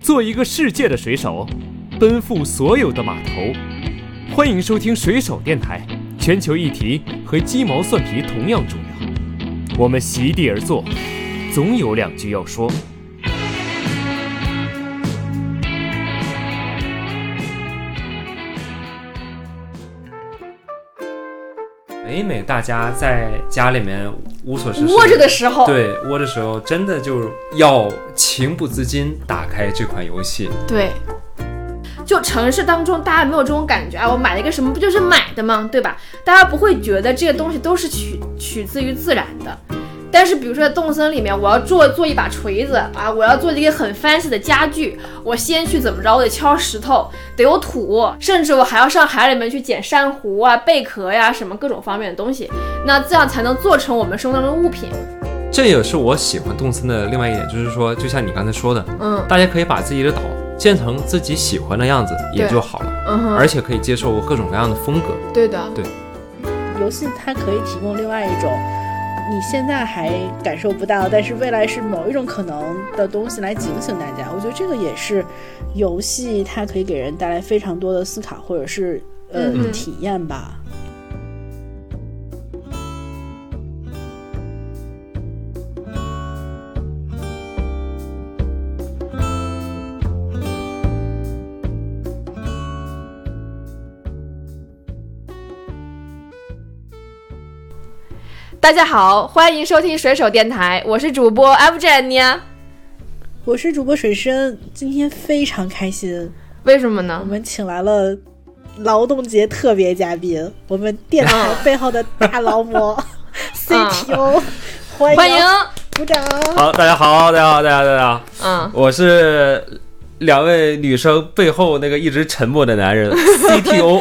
做一个世界的水手，奔赴所有的码头。欢迎收听水手电台，全球议题和鸡毛蒜皮同样重要。我们席地而坐，总有两句要说。每每大家在家里面无所事事，窝着的时候，对窝的时候，真的就要情不自禁打开这款游戏。对，就城市当中，大家没有这种感觉啊！我买了一个什么，不就是买的吗？对吧？大家不会觉得这些东西都是取取自于自然的。但是，比如说在动森里面，我要做做一把锤子啊，我要做一个很 fancy 的家具，我先去怎么着，我得敲石头，得有土，甚至我还要上海里面去捡珊瑚啊、贝壳呀、什么各种方面的东西，那这样才能做成我们生活当中的物品。这也是我喜欢动森的另外一点，就是说，就像你刚才说的，嗯大家可以把自己的岛建成自己喜欢的样子也对就好了，嗯哼，而且可以接受各种各样的风格。对的，游戏它可以提供另外一种你现在还感受不到，但是未来是某一种可能的东西来警醒大家。我觉得这个也是游戏它可以给人带来非常多的思考或者是呃、嗯嗯体验吧。大家好，欢迎收听水手电台，我是主播 FJ 安妮啊。我是主播水深，今天非常开心，为什么我呢？们请来了劳动节特别嘉宾，我们电哦台背后的大 劳模 CTO，、欢迎嗯欢迎，鼓掌。好，大家好，大家好，大家好，大家好，嗯，我是两位女生背后那个一直沉默的男 人 CTO。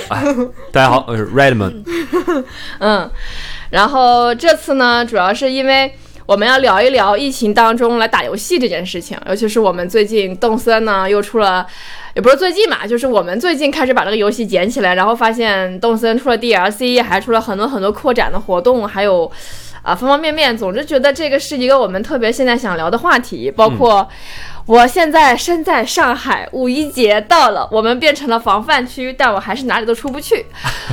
大家哎好，我是 Redman。嗯，然后这次呢，主要是因为我们要聊一聊疫情当中来打游戏这件事情，尤其是我们最近动森呢又出了，也不是最近吧，就是我们最近开始把这个游戏捡起来，然后发现动森出了 DLC，还出了很多很多扩展的活动，还有。啊，方方面面，总之觉得这个是一个我们特别现在想聊的话题，包嗯括我现在身在上海，五一节到了，我们变成了防范区，但我还是哪里都出 不去，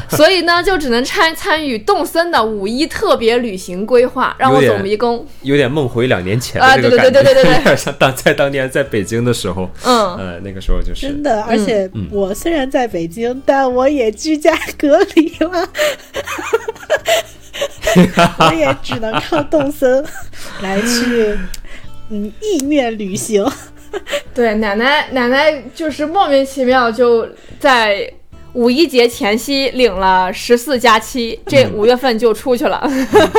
所以呢，就只能参参与动森的五一特别旅行规划，让我有点总迷宫。有点梦回两年前啊的这个感觉，对对对对对对有点像当在当年在北京的时候，嗯，呃，那个时候就是真的，而且嗯我虽然在北京，但我也居家隔离 了，我也只能靠动 森来去嗯意愿旅行。对，奶奶奶奶就是莫名其妙就在。五一节前夕领了十四加七，这五月份就出去了。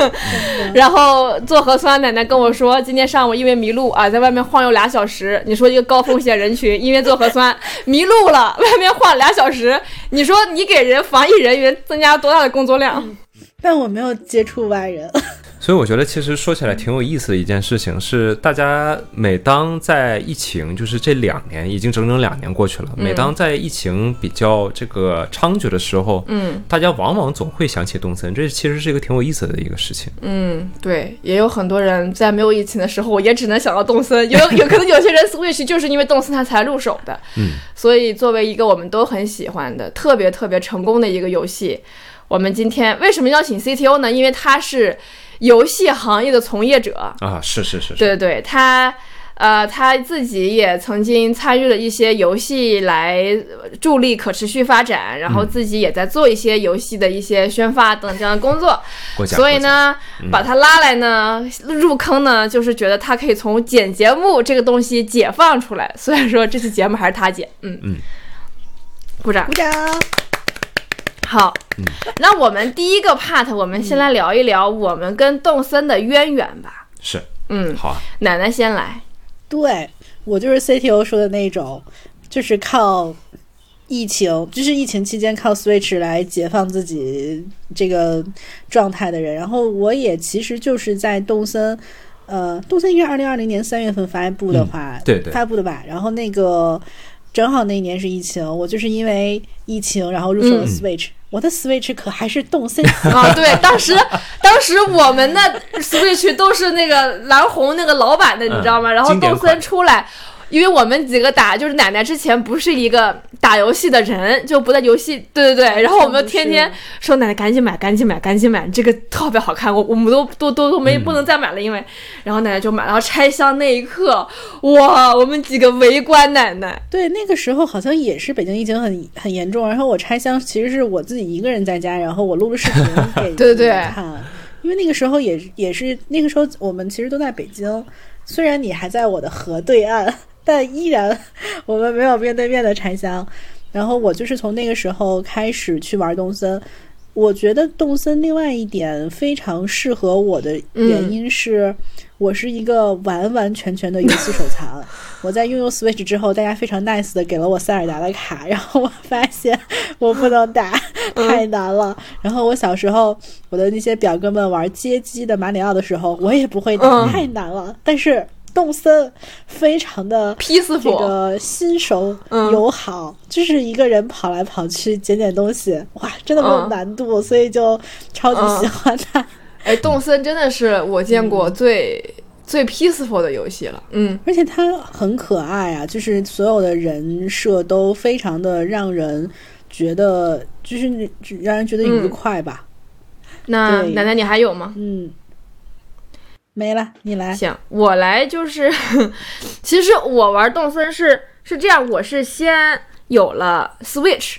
然后做核酸，奶奶跟我说，今天上午因为迷路啊，在外面晃悠俩小时。你说一个高风险人群，因为做核酸迷路了，外面晃俩小时，你说你给人防疫人员增加多大的工作量？但我没有接触外人，所以我觉得，其实说起来挺有意思的一件事情是，大家每当在疫情，就是这两年已经整整两年过去了，嗯每当在疫情比较这个猖獗的时候，嗯大家往往总会想起动森，这其实是一个挺有意思的一个事情。嗯，对，也有很多人在没有疫情的时候，也只能想到动森。有有可能有些人 Switch 就是因为动森他才入手的，嗯，所以作为一个我们都很喜欢的、特别特别成功的一个游戏，我们今天为什么要请 CTO 呢？因为他是游戏行业的从业者，啊，是是是是，对对对，他呃他自己也曾经参与了一些游戏来呃助力可持续发展，然后自己也在做一些游戏的一些宣发等这样的工作。过奖。所以过奖，呢，把他拉来呢，入坑呢，就是觉得他可以从剪节目这个东西解放出来。所以说这期节目还是他剪，嗯嗯，鼓掌鼓。掌。好，那我们第一个 part，我们先来聊一聊我们跟动森的渊源吧。是嗯，好啊，奶奶先来。对我就是 CTO 说的那种，就是靠疫情，就是疫情期间靠 Switch 来解放自己这个状态的人。然后我也其实就是在动森，呃，动森应该是二零二零年三月份发布的话，嗯对对发布的吧。然后那个正好那一年是疫情，我就是因为疫情然后入手了嗯 Switch，、我的 Switch 可还是动森 啊，对，当时当时我们的 Switch 都是那个蓝红那个老版的，你知道吗？嗯然后经典动款森出来，因为我们几个打就是奶奶之前不是一个打游戏的人，就不在游戏，对对对。然后我们天天说奶奶赶紧买，赶紧买，赶紧买，这个特别好看，我我们都都都都没嗯不能再买了，因为，然后奶奶就买，然后拆箱那一刻，哇，我们几个围观奶奶，对，那个时候好像也是北京疫情很很严重，然后我拆箱其实是我自己一个人在家，然后我录 了视频给对对你们看，因为那个时候也也是那个时候我们其实都在北京，虽然你还在我的河对岸，但依然我们没有面对面的拆箱。然后我就是从那个时候开始去玩动森，我觉得动森另外一点非常适合我的原因是，我是一个完完全全的游戏手残。我在拥有 Switch 之后，大家非常 nice 的给了我塞尔达的卡，然后我发现我不能打，太难了。然后我小时候，我的那些表哥们玩街机的马里奥的时候，我也不会打，嗯太难了。但是动森非常的 Peaceful 这个新手嗯友好，就是一个人跑来跑去捡捡东西，哇，真的没有嗯难度，所以就超级喜欢它。哎，动森真的是我见嗯过最、最 peaceful 的游戏了，嗯 而且它很可爱啊，就是所有的人设都非常的让人觉得，就是你让人觉得愉快吧。那对奶奶你还有吗？嗯没了，你来。行，我来就是， 其实我玩动森是是这样，我是先有了 Switch，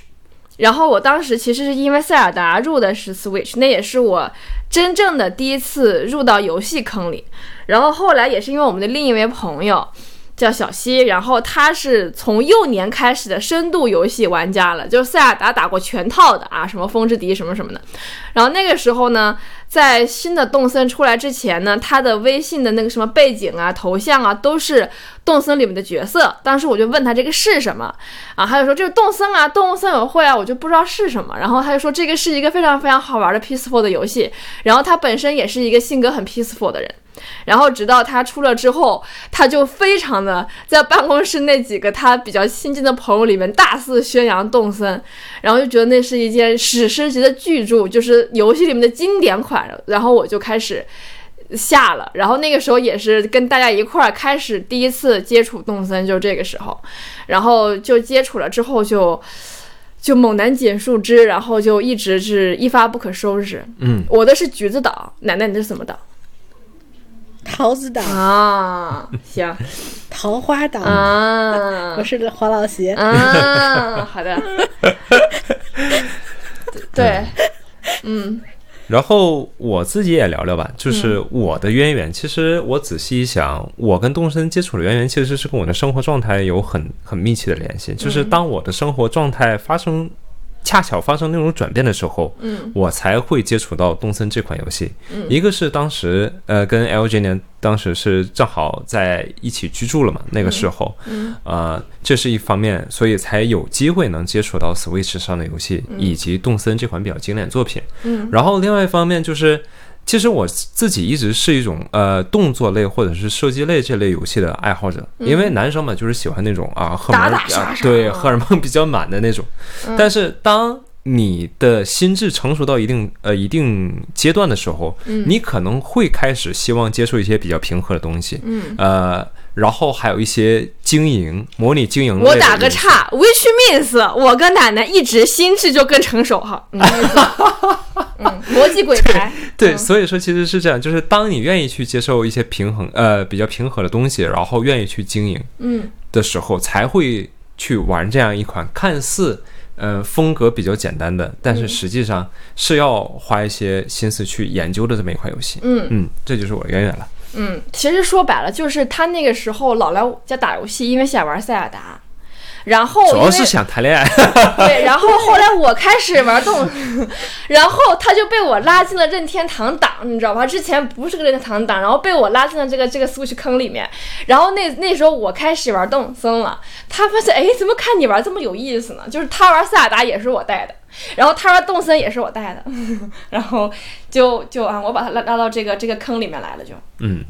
然后我当时其实是因为塞尔达入的是 Switch，那也是我真正的第一次入到游戏坑里。然后后来也是因为我们的另一位朋友叫小西，然后他是从幼年开始的深度游戏玩家了，就是塞尔达打过全套的啊，什么风之笛什么什么的。然后那个时候呢，在新的动森出来之前呢，他的微信的那个什么背景啊、头像啊，都是动森里面的角色。当时我就问他这个是什么啊，他就说这是动森啊，动物森友会啊，我就不知道是什么。然后他就说这个是一个非常非常好玩的 peaceful 的游戏。然后他本身也是一个性格很 peaceful 的人。然后直到他出了之后，他就非常的在办公室那几个他比较亲近的朋友里面大肆宣扬动森，然后就觉得那是一件史诗级的巨著，就是游戏里面的经典款。然后我就开始下了，然后那个时候也是跟大家一块儿开始第一次接触动森，就这个时候，然后就接触了之后就。就猛男捡树枝，然后就一直是一发不可收拾。嗯，我的是橘子岛，奶奶你这是什么岛桃子岛、啊？行，桃花岛，啊我是黄老邪。啊，好的，对，然后我自己也聊聊吧，就是我的渊源。其实我仔细一想，我跟动身接触的渊源其实是跟我的生活状态有很很密切的联系。就是当我的生活状态发生。恰巧发生那种转变的时候，嗯，我才会接触到动森这款游戏。嗯、一个是当时呃跟 LJ 年当时是正好在一起居住了嘛，那个时候，嗯，呃，这是一方面，所以才有机会能接触到 Switch 上的游戏、以及动森这款比较经典的作品。嗯然后另外一方面就是，其实我自己一直是一种呃动作类或者是射击类这类游戏的爱好者，因为男生嘛就是喜欢那种啊荷尔蒙嗯打打杀嗯啊杀对荷尔蒙比较满的那种。但是当你的心智成熟到一定呃一定阶段的时候，嗯你可能会开始希望接触一些比较平和的东西，嗯，呃，然后还有一些经营模拟经营类的我游戏。打个岔，which means 我跟奶奶一直心智就更成熟哈，嗯，没错嗯，逻辑鬼才，对，所以说其实是这样，就是当你愿意去接受一些平衡，呃，比较平和的东西，然后愿意去经营嗯的时候，才会去玩这样一款看似，呃，风格比较简单的，但嗯是实际上是要花一些心思去研究的这么一款游戏。嗯嗯，这就是我的渊源了。嗯，其实说白了就是他那个时候老来我家打游戏，因为想玩塞尔达。然后主哦因要为是想谈 恋爱。对，然后后来我开始玩动，然后他就被我拉进了任天堂党，你知道吧？之前不是个任天堂党，然后被我拉进了这个这个 Switch 坑里面。然后那那时候我开始玩动森了，他发现哎，怎么看你玩这么有意思呢？就是他玩塞尔达也是我带的，然后他玩动森也是我带的， 然后就就啊，我把他拉拉到这个这个坑里面来了就。嗯，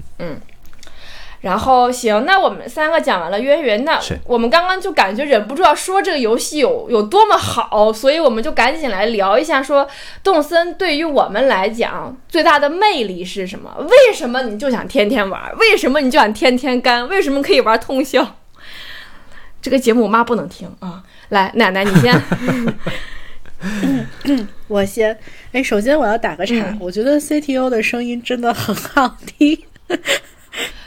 然后行，那我们三个讲完了渊源，那是我们刚刚就感觉忍不住要说这个游戏有有多么好，所以我们就赶紧来聊一下，说动森对于我们来讲最大的魅力是什么？为什么你就想天天玩？为什么你就想天天干？为什么可以玩通宵？这个节目我妈不能听啊。来，奶奶你先，我先，哎，首先我要打个岔，我觉得 CTO 的声音真的很好听。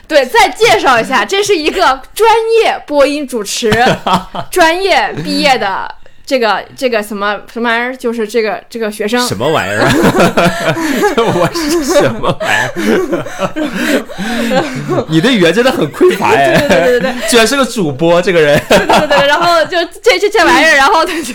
对，再介绍 一下，这是一个专业播音主持，专业毕业的这个这个什么什么玩意儿，就是这个这个学生。什么玩意 儿、啊？我是什么玩意儿？你的语言真的很匮乏对哎！对对对对居然是个主播，这个人对对对对，然后就这这这 玩意儿，然后他就，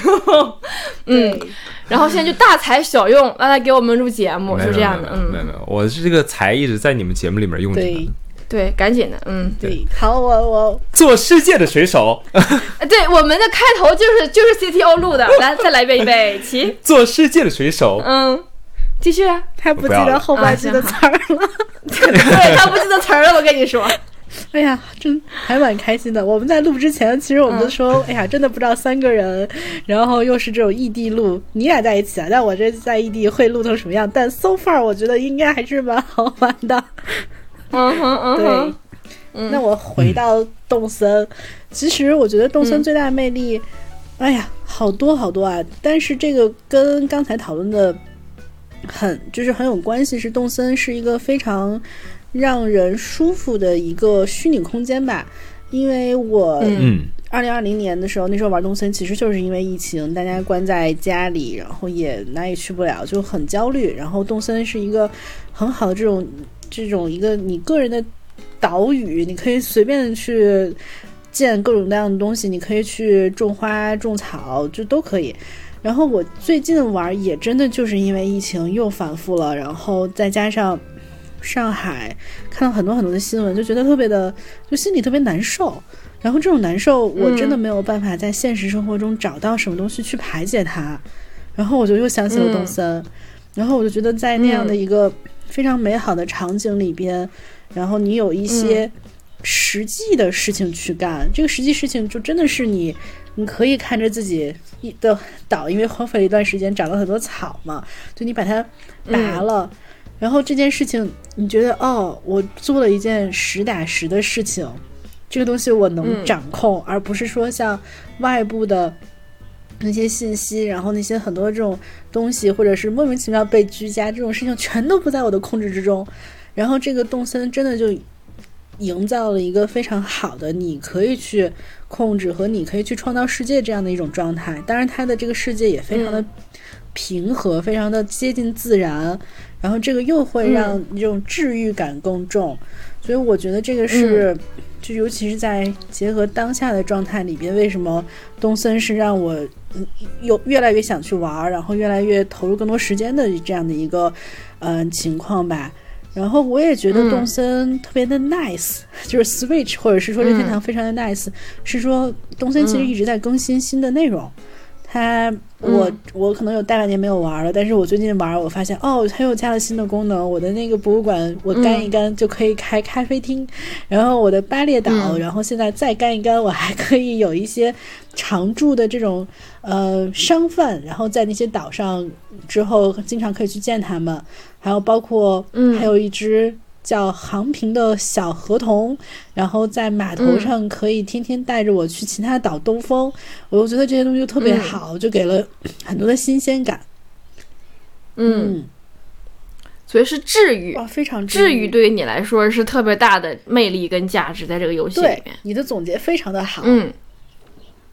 嗯，然后现在就大材小用，让他给我们录节目，没有就这样的，没有嗯，没有，我是这个才一直在你们节目里面用着呢。对对，赶紧的，嗯，对，好，我我做世界的水 手，哎对，我们的开头就是就是 CTO 录 的，来再来一遍，预备起，做世界的水手，嗯，继续、啊，太不不记要得了后半句的词儿了。对他不记得词儿了，我跟你 说， 哎呀，真还蛮开心的。我们在录之前，其实我们 就说，哎呀，真的不知道三个人，然后又是这种异地录，你俩在一起啊，但我这在异地会录成什么样？但 so far 我觉得应该还是蛮好玩的。嗯哼嗯对哼，，那我回到动森，其实我觉得动嗯森最大的魅力，哎呀，好多好多啊！但是这个跟刚才讨论的很就是很有关系，是动森是一个非常让人舒服的一个虚拟空间吧。因为我嗯嗯，二零二零年的时候，那时候玩动森，其实就是因为疫情，大家关在家里，然后也哪也去不了，就很焦虑。然后动森是一个很好的这种这种一个你个人的岛屿，你可以随便去建各种各样的东西，你可以去种花、种草，就都可以。然后我最近玩也真的就是因为疫情又反复了，然后再加上上海看到很多很多的新闻，就觉得特别的，就心里特别难受。然后这种难受，我真的没有办法在现实生活中找到什么东西去排解它。然后我就又想起了动森，然后我就觉得在那样的一个非常美好的场景里边，然后你有一些实际的事情去干，这个实际事情就真的是你，你可以看着自己一的岛，因为荒废了一段时间，长了很多草嘛，就你把它拔了，然后这件事情你觉得哦，我做了一件实打实的事情，这个东西我能嗯掌控，而不是说像外部的。那些信息，然后那些很多这种东西，或者是莫名其妙被居家这种事情，全都不在我的控制之中。然后这个动森真的就营造了一个非常好的，你可以去控制和你可以去创造世界这样的一种状态。当然，它的这个世界也非常的平和，非常的接近自然，然后这个又会让这种治愈感更重。所以我觉得这个是，就尤其是在结合当下的状态里边，为什么东森是让我嗯有越来越想去玩儿，然后越来越投入更多时间的这样的一个嗯、呃情况吧。然后我也觉得嗯动森特别的 nice，、就是 Switch 或者是说任天堂非常的 nice，、是说东森其实一直在更新新的内容。它我我可能有大半年没有玩了，但是我最近玩，我发现哦，它又加了新的功能。我的那个博物馆，我干嗯一干就可以开咖啡厅，然后我的巴列岛，嗯然后现在再干一干，我还可以有一些常驻的这种呃商贩，然后在那些岛上之后，经常可以去见他们。还有包括嗯还有一只叫航平的小河童，然后在码头嗯上可以天天带着我去其他岛兜风，我就觉得这些东西就特别嗯好，就给了很多的新鲜感。嗯，，所以是治愈，哇，非常治愈愈。对于你来说是特别大的魅力跟价值，在这个游戏里对面，你的总结非常的好。嗯，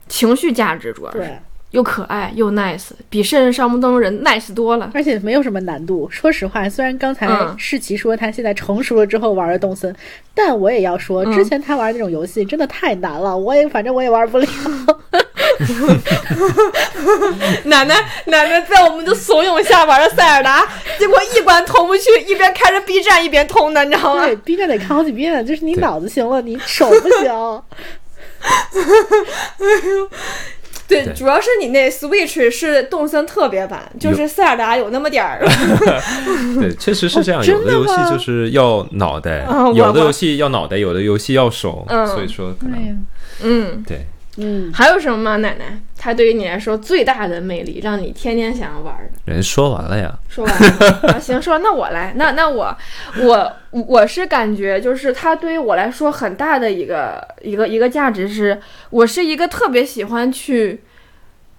情绪价值主要是对，又可爱又 nice，比《甚至上木登人》nice 多了。而且没有什么难度。说实话，虽然刚才嗯世奇说他现在成熟了之后玩了动森，但我也要说，嗯之前他玩那种游戏真的太难了，我也反正我也玩不了。 奶奶奶奶在我们的怂恿下玩了塞尔达，结果一关通不去，一边开着 B 站一边通的，你知道吗对？，B 站得看好几遍，就是你对脑子行了，你手不 行。对，对主要是你那 Switch 是动森特别版，就是塞尔达有那么点儿。 嗯对，确实是这样。哦有的真游的吗戏就是要脑袋，啊我有的我游戏要脑袋，有的游戏要手，嗯所以说可能嗯，对。嗯，还有什么吗？奶奶，它对于你来说最大的魅力，让你天天想要玩的。人说完了呀，说完了啊，行，说完那我来，那那我我我是感觉就是它对于我来说很大的一个一个一个价值是，我是一个特别喜欢去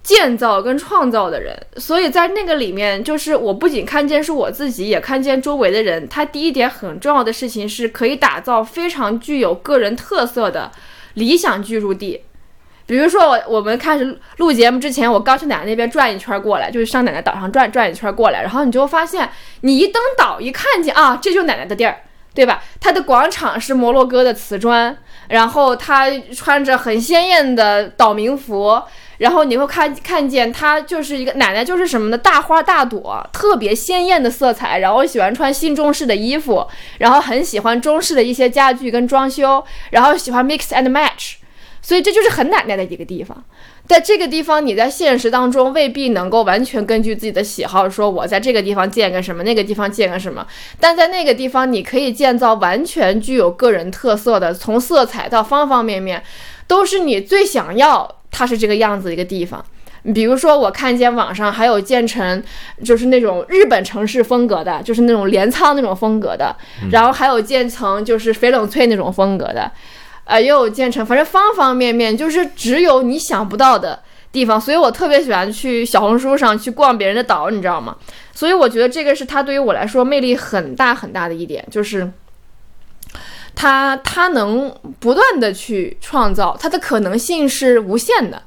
建造跟创造的人，所以在那个里面，就是我不仅看见是我自己，也看见周围的人。他第一点很重要的事情是可以打造非常具有个人特色的理想居住地。比如说我我们开始录节目之前，我刚去奶奶那边转一圈过来，就是上奶奶岛上转转一圈过来，然后你就会发现，你一登岛一看见啊，这就是奶奶的地儿，对吧？它的广场是摩洛哥的瓷砖，然后她穿着很鲜艳的岛民服，然后你会看看见她就是一个奶奶就是什么呢？大花大朵，特别鲜艳的色彩，然后喜欢穿新中式的衣服，然后很喜欢中式的一些家具跟装修，然后喜欢 mix and match。所以这就是很奶奶的一个地方。在这个地方，你在现实当中未必能够完全根据自己的喜好说，我在这个地方建个什么，那个地方建个什么。但在那个地方，你可以建造完全具有个人特色的，从色彩到方方面面，都是你最想要它是这个样子的一个地方。比如说，我看见网上还有建成，就是那种日本城市风格的，就是那种镰仓那种风格的，然后还有建成就是翡冷翠那种风格的。呃，也有建成，反正方方面面就是只有你想不到的地方，所以我特别喜欢去小红书上去逛别人的岛，你知道吗？所以我觉得这个是它对于我来说魅力很大很大的一点，就是它它能不断的去创造，它的可能性是无限的，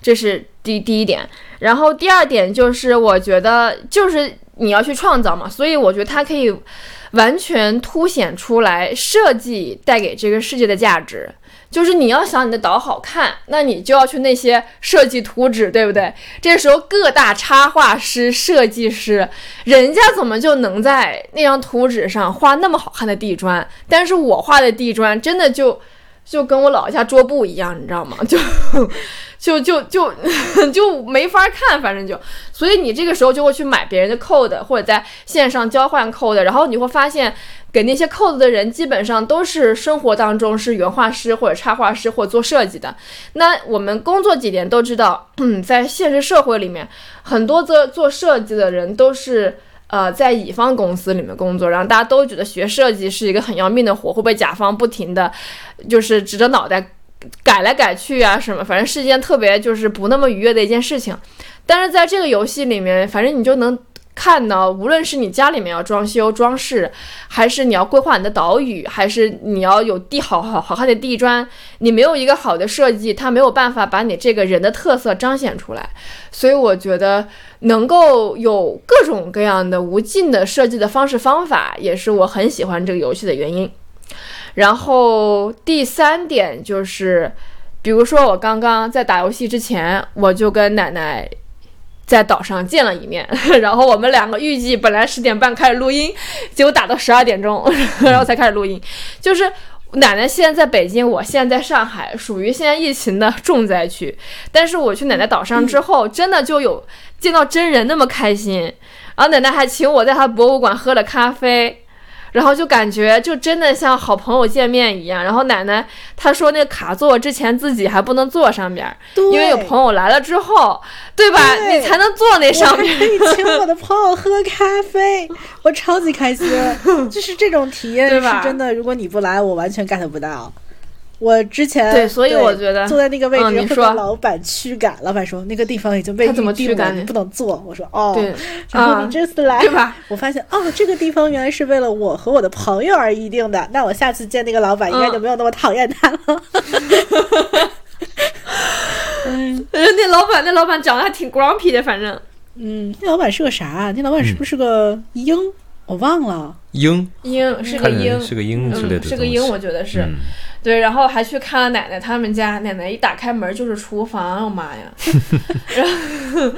这是第第一点。然后第二点就是我觉得就是你要去创造嘛，所以我觉得它可以。完全凸显出来设计带给这个世界的价值，就是你要想你的岛好看，那你就要去那些设计图纸，对不对？这时候各大插画师、设计师，人家怎么就能在那张图纸上画那么好看的地砖？但是我画的地砖真的就就跟我老家桌布一样，你知道吗？就就就就 就没法看，反正就，所以你这个时候就会去买别人的 code，或者在线上交换 code，然后你会发现，给那些 code 的人基本上都是生活当中是原画师或者插画师或者做设计的。那我们工作几年都知道，嗯，在现实社会里面，很多做做设计的人都是。呃，在乙方公司里面工作，然后大家都觉得学设计是一个很要命的活，会被甲方不停的，就是指着脑袋改来改去啊，什么，反正是一件特别就是不那么愉悦的一件事情。但是在这个游戏里面，反正你就能看到，无论是你家里面要装修装饰，还是你要规划你的岛屿，还是你要有地好好好看的地砖，你没有一个好的设计，它没有办法把你这个人的特色彰显出来。所以我觉得能够有各种各样的无尽的设计的方式方法，也是我很喜欢这个游戏的原因。然后第三点就是，比如说我刚刚在打游戏之前，我就跟奶奶在岛上见了一面， 然后我们两个预计本来十点半开始录音，结果打到十二点钟， 然后才开始录音。就是奶奶现在在北京，我现在在上海，属于现在疫情的重灾区。但是我去奶奶岛上之后，真的就有见到真人那么开心，然后奶奶还请我在她博物馆喝了咖啡。然后就感觉就真的像好朋友见面一样。然后奶奶她说那个卡座之前自己还不能坐上边儿，对，因为有朋友来了之后，对吧？对你才能坐那 上我边还可以请我的朋友喝咖啡，我超 级开心。就是这种体验对是吧真的，如果你不来，我完全 get 不到。我之前对所以我觉得坐在那个位置嗯你会被说老板驱赶，老板说那个地方已经被他怎么预定驱赶了你你不能坐。我说哦，对然后啊你这次来，对吧？ 我发现哦，这个地方原来是为了我和我的朋友而预定的。那我下次见那个老板，应该嗯就没有那么讨厌他了。 儿。那老板那老板长得还挺 grumpy 的，反正嗯，那老板是个啥啊？那老板是不是个鹰？我忘了。鹰鹰是个看鹰人。是个鹰之类的嗯，东西，是个鹰，我觉得是、嗯对，然后还去看了奶奶他们家，奶奶一打开门就是厨房，我妈呀！然后，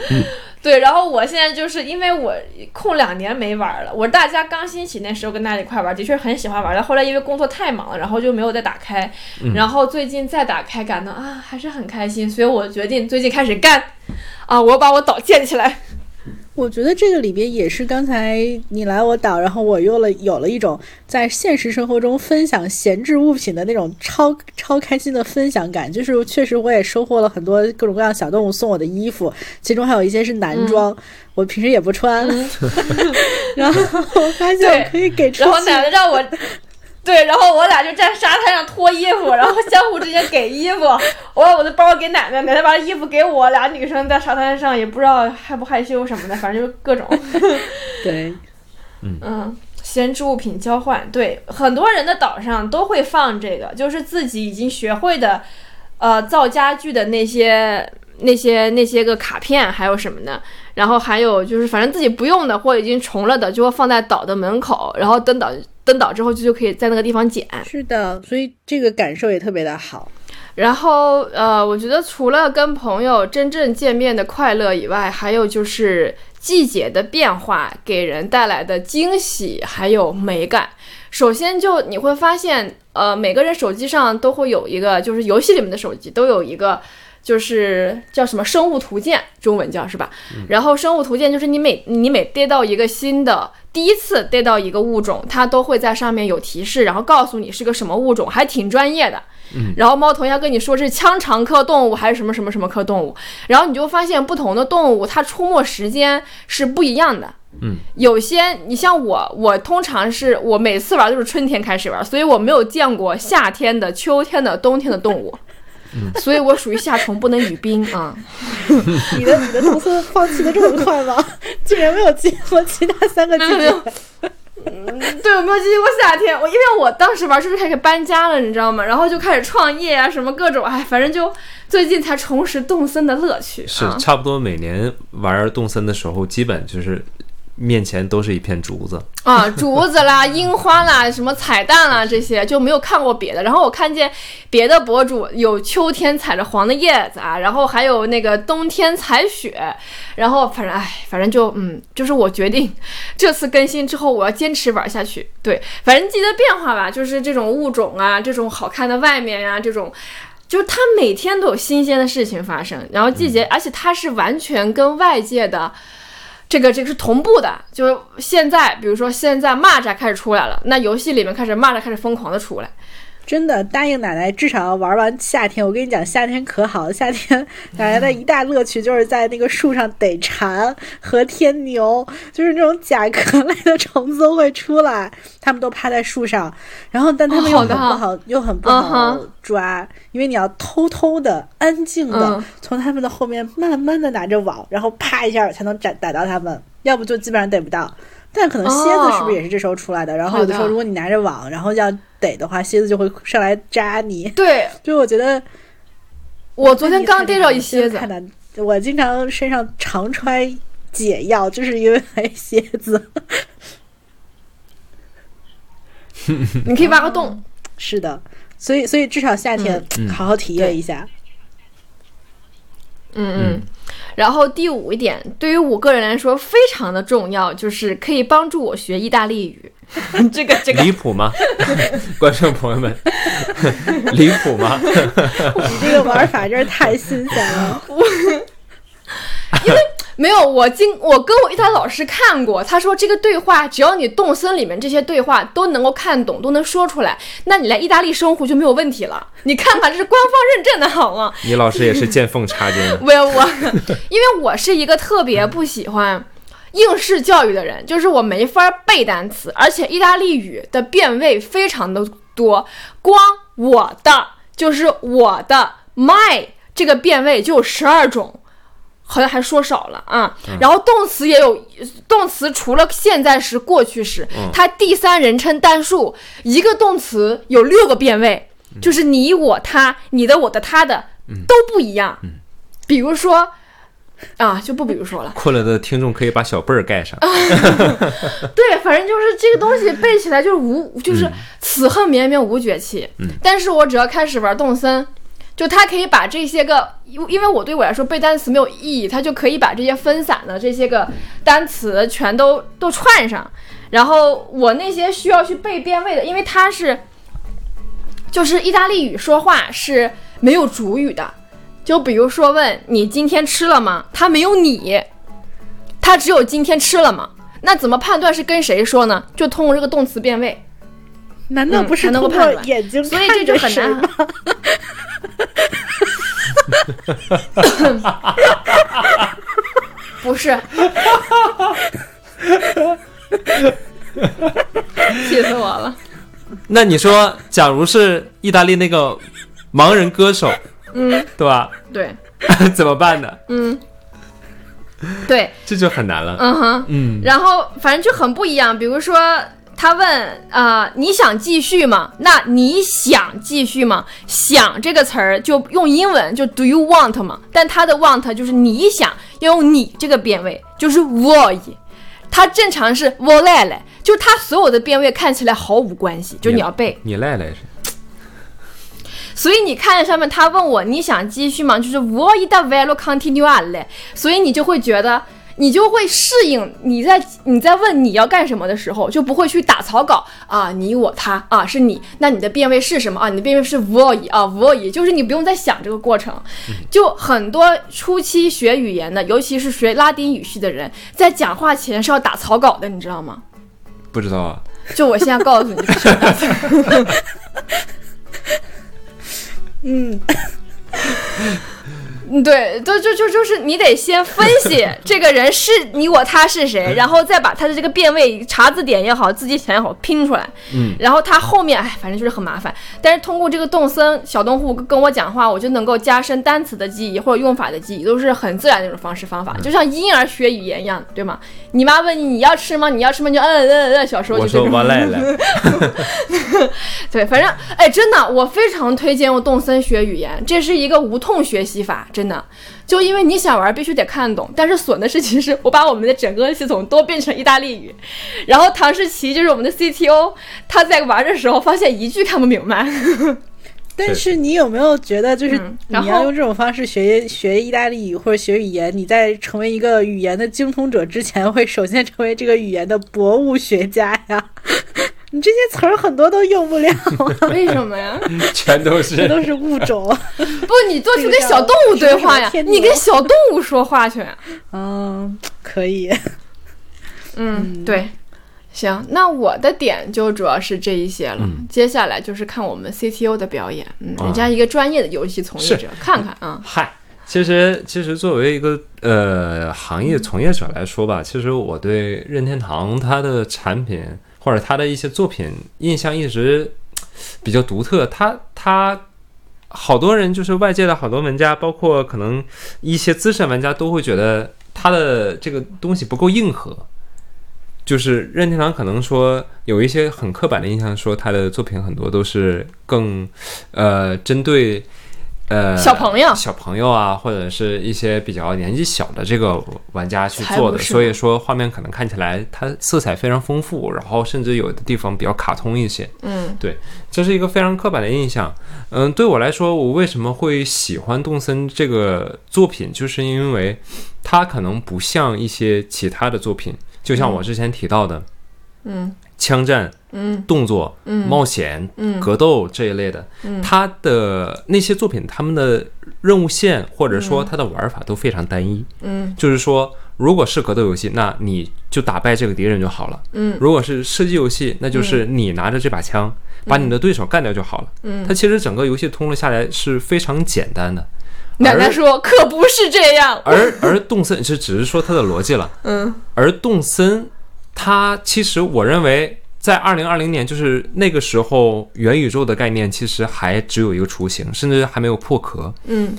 对，然后我现在就是因为我空两年没玩了，我大家刚兴起那时候跟大家一块玩，的确很喜欢玩，但后来因为工作太忙了，然后就没有再打开，然后最近再打开，感到啊还是很开心，所以我决定最近开始干，啊，我把我岛建起来，我觉得这个里边也是刚才你来我岛，然后我又了有了一种在现实生活中分享闲置物品的那种超超开心的分享感。就是确实我也收获了很多各种各样小动物送我的衣服，其中还有一些是男装，我平时也不穿。 然后我发现我可以给出然后去，奶奶让我，对，然后我俩就站沙滩上脱衣服，然后相互之间给衣服。我把我的包给奶奶，奶奶把衣服给我，俩女生在沙滩上也不知道害不害羞什么的，反正就各种。对，嗯，闲置物品交换，对，很多人的岛上都会放这个，就是自己已经学会的，呃，造家具的那些、那些、那些个卡片，还有什么的，然后还有就是反正自己不用的或已经重了的，就会放在岛的门口，然后登岛登岛之后就就可以在那个地方捡。是的，所以这个感受也特别的好。然后呃，我觉得除了跟朋友真正见面的快乐以外，还有就是季节的变化给人带来的惊喜还有美感。首先就你会发现，呃，每个人手机上都会有一个，就是游戏里面的手机都有一个。就是叫什么生物图鉴，中文叫是吧？然后生物图鉴就是你每你每逮到一个新的，第一次逮到一个物种，它都会在上面有提示，然后告诉你是个什么物种，还挺专业的。然后猫头鹰跟你说这是腔肠科动物还是什么什么什么科动物，然后你就发现不同的动物它出没时间是不一样的。嗯，有些你像我，我通常是我每次玩都是春天开始玩，所以我没有见过夏天的、秋天的、冬天的动物，所以我属于夏虫不能语冰啊。你的你的动森放弃的这么快吗？竟然没有激活其他三个季没有没节。 对，我没有经历过夏天，我因为我当时玩就是开始搬家了，你知道吗？然后就开始创业啊，什么各种，哎，反正就最近才重拾动森的乐趣。是啊、差不多每年玩动森的时候，基本就是面前都是一片竹子。啊，竹子啦、 樱花啦、什么彩蛋啦，这些就没有看过别的。然后我看见别的博主有秋天采着黄的叶子啊，然后还有那个冬天采雪，然后反正哎，反正就嗯，就是我决定这次更新之后我要坚持玩下去。对，反正记得变化吧，就是这种物种啊，这种好看的外面呀、这种。就是它每天都有新鲜的事情发生，然后季节，而且它是完全跟外界的，这个这个是同步的，就是现在，比如说现在蚂蚱开始出来了，那游戏里面开始蚂蚱开始疯狂的出来，真的答应奶奶，至少要玩完夏天。我跟你讲，夏天可好，夏天奶奶的一大乐趣就是在那个树上逮蝉和天牛，就是那种甲壳类的虫子都会出来，它们都趴在树上，然后但它们又哦好很不的好，又很不嗯好哼抓，因为你要偷偷的、安静的嗯从它们的后面慢慢的拿着网，然后啪一下才能逮逮到它们，要不就基本上逮不到。但可能蝎哦子是不是也是这时候出来的？然后有的时候好的如果你拿着网，然后要逮的话，蝎子就会上来扎你。对就我觉得我昨天刚逮着一蝎子 太，难，我经常身上常揣解药，就是因为蝎子。 你可以挖个洞，是的，所以所以至少夏天嗯好好体验一下。嗯嗯。然后第五一点，对于我个人来说非常的重要，就是可以帮助我学意大利语。 这个这个离谱吗？ 观众朋友们， 离谱吗？你这个玩法真是太新鲜 了。没有，我经我跟我意大利老师看过，他说这个对话只要你动森里面这些对话都能够看懂，都能说出来，那你来意大利生活就没有问题了。你看看这是官方认证的好吗？你老师也是见缝插针 啊。我我，因为我是一个特别不喜欢应试教育的人，就是我没法背单词，而且意大利语的变位非常的多，光我的就是我的 my 这个变位就有十二种。好像还说少了啊、然后动词也有，动词除了现在时、过去时，它第三人称单数，一个动词有六个变位，就是你、我、他、你的、我的、他的都不一样。比如说，啊，就不比如说 了。困了的听众可以把小贝儿盖上。对，反正就是这个东西背起来就是无，就是此恨绵绵无绝期。但是我只要开始玩动森，就它可以把这些个，因因为我对我来说背单词没有意义，它就可以把这些分散的这些个单词全都都串上。然后我那些需要去背变位的，因为它是，就是意大利语说话是没有主语的，就比如说问你今天吃了吗，它没有你，他只有今天吃了嘛？那怎么判断是跟谁说呢？就通过这个动词变位，难道不是嗯才能通够过判断眼睛所看以这就着很谁难吗？。 不是，气死我了。那你说，假如是意大利那个盲人歌手，嗯，对吧？ 对，怎么办呢？嗯，对，这就很难了。嗯哼。嗯，然后反正就很不一样。比如说，他问啊、呃你想继续吗？那你想继续吗？想这个词儿就用英文就 do you want 嘛，但他的 want 就是你想，要用你这个变位，就是 voy。它正常是 v o l e 就是它所有的变位看起来毫无关系，就你要背。你赖赖是？所以你看上面他问我你想继续吗？就是 voy da velo continuare，所以你就会觉得。你就会适应你在你在问你要干什么的时候，就不会去打草稿啊，你我他啊是你，那你的变位是什么啊？你的变位是 voy 啊 voy，就是你不用再想这个过程。就很多初期学语言的，尤其是学拉丁语系的人，在讲话前是要打草稿的，你知道吗？不知道啊。就我现在告诉你， 嗯，嗯，对，就就就就是你得先分 析这个人是你我他是嗯谁，然后再把他的这个变位查字典也好，自己想也好拼出来。嗯，然后他后面哎，反正就是很麻烦。但是通过这个动森小动物跟我讲话，我就能够加深单词的记忆或者用法的记忆，都是很自然的那种方式方法，嗯就像婴儿学语言一样，对吗？你妈问你你要吃吗？你要吃吗？你就嗯嗯嗯，小时候就我这说种。我赖赖。对，反正哎，真的，我非常推荐用动森学语言，这是一个无痛学习法，真的。就因为你想玩，必须得看懂。但是损的是，其实我把我们的整个系统都变成意大利语，然后唐世奇就是我们的 CTO，他在玩的时候发现一句看不明白。 但对是你有没有觉得，就是嗯你然要后用这种方式学学意大利语或者学语言，你在成为一个语言的精通者之前，会首先成为这个语言的博物学家呀？ 你这些词儿很多都用不了，为什么呀？全都这是。都是物种。不，你多去这个跟叫小动物对话呀什么什么，天你跟牛小动物说话去。嗯，可以。嗯，对。行，那我的点就主要是这一些了。嗯接下来就是看我们 CTO 的表演，嗯，人家一个专业的游戏从业啊是者，看看啊，嗨，其实其实作为一个呃行业从业者来说吧，其实我对任天堂它的产品或者它的一些作品印象一直比较独特，它它。好多人就是外界的好多玩家，包括可能一些资深玩家都会觉得它的这个东西不够硬核，就是任天堂可能说有一些很刻板的印象，说他的作品很多都是更呃针对呃小朋友小朋友啊，或者是一些比较年纪小的这个玩家去才做不的，是所以呢说画面可能看起来它色彩非常丰富，然后甚至有的地方比较卡通一些。嗯这是一个非常刻板的印象。嗯，对我来说，我为什么会喜欢动森这个作品，就是因为它可能不像一些其他的作品，就像我之前提到的嗯枪战、嗯动作、冒险、嗯格斗这一类的嗯，它的那些作品，他们的任务线或者说它的玩法都非常单一。嗯就是说，如果是格斗游戏，那你就打败这个敌人就好了；嗯如果是射击游戏，那就是你拿着这把枪把你的对手干掉就好了。它嗯，其实整个游戏通了下来是非常简单的。奶奶而说可不是这样，而而动森这只是说它的逻辑了，嗯而动森它其实我认为在二零二零年就是那个时候元宇宙的概念其实还只有一个雏形，甚至还没有破壳。嗯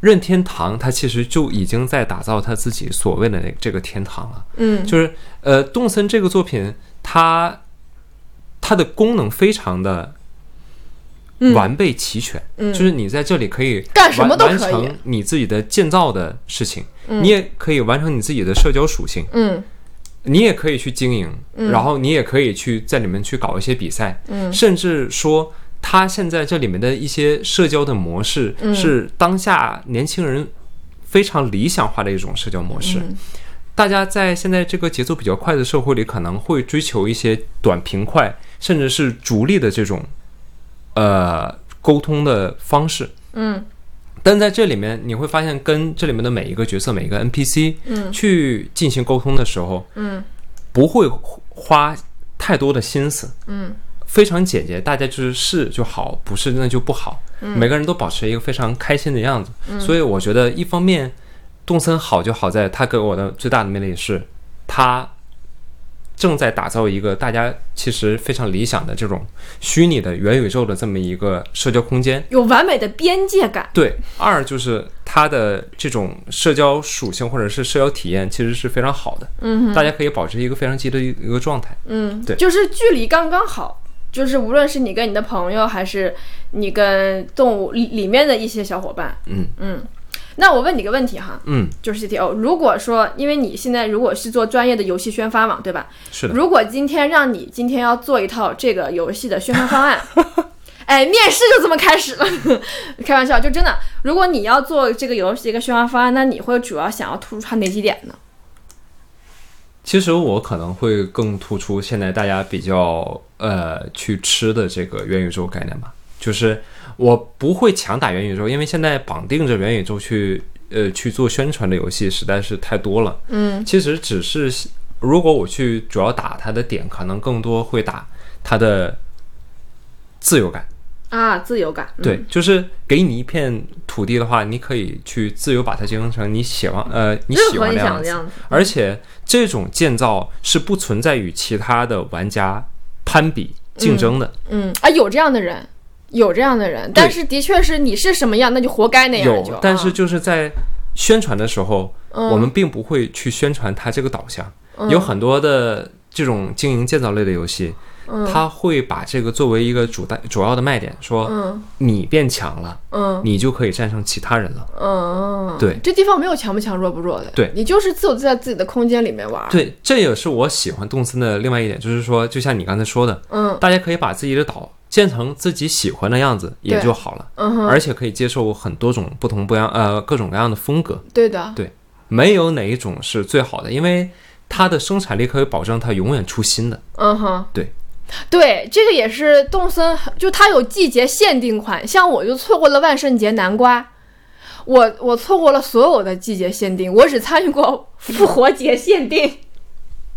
任天堂它其实就已经在打造它自己所谓的那这个天堂了。嗯就是呃，动森这个作品，它它的功能非常的嗯完备齐全，嗯就是你在这里可以干什完么都可以完成你自己的建造的事情，你也可以完成你自己的社交属性，嗯你也可以去经营，然后你也可以去在里面去搞一些比赛，嗯甚至说。它现在这里面的一些社交的模式嗯是当下年轻人非常理想化的一种社交模式，嗯大家在现在这个节奏比较快的社会里，可能会追求一些短平快，甚至是逐利的这种呃沟通的方式。嗯但在这里面你会发现，跟这里面的每一个角色、每一个 NPC，嗯，去进行沟通的时候，嗯，不会花太多的心思，嗯，非常简洁，大家就是是就好，不是那就不好，每个人都保持一个非常开心的样子，所以我觉得一方面，动森好就好在它给我的最大的魅力是，它正在打造一个大家其实非常理想的这种虚拟的元宇宙的这么一个社交空间，有完美的边界感。对，二就是它的这种社交属性或者是社交体验其实是非常好的，嗯，大家可以保持一个非常积极的一个状态，嗯，对就是距离刚刚好，就是无论是你跟你的朋友，还是你跟动物里里面的一些小伙伴，嗯嗯。那我问你个问题哈，嗯，就是 CTO，如果说，因为你现在如果是做专业的游戏宣发嘛，对吧？是的，如果今天让你今天要做一套这个游戏的宣传方案， 哎，面试就这么开始了， 开玩笑，就真的，如果你要做这个游戏一个宣传方案，那你会主要想要突出它哪几点呢？其实我可能会更突出现在大家比较呃去吃的这个元宇宙概念吧，就是我不会强打元宇宙，因为现在绑定着元宇宙去呃去做宣传的游戏实在是太多了。嗯其实只是如果我去主要打它的点，可能更多会打它的自由感。啊，自由感，嗯对，就是给你一片土地的话，你可以去自由把它经营成你喜欢呃你喜任何欢你的想样的子。样子，而且这种建造是不存在与其他的玩家攀比竞争的。嗯啊，有这样的人，有这样的人，但是的确是你是什么样，那就活该那样就有，，但是啊就是在宣传的时候，嗯我们并不会去宣传它这个导向。有很多的这种经营建造类的游戏，嗯它会把这个作为一个主带主要的卖点，说你变强了，嗯你就可以战胜其他人了。嗯，对这地方没有强不强弱不弱的，对你就是自由在自己的空间里面玩，，对，这也是我喜欢动森的另外一点，就是说，就像你刚才说的，嗯大家可以把自己的岛建成自己喜欢的样子也对就好了。嗯哼，而且可以接受很多种不同不一样呃各种各样的风格，对的，没有哪一种是最好的，因为它的生产力可以保证它永远出新的。嗯哼，对。对，这个也是动森，就它有季节限定款，像我就错过了万圣节南瓜，我我错过了所有的季节限定，我只参与过复活节限定。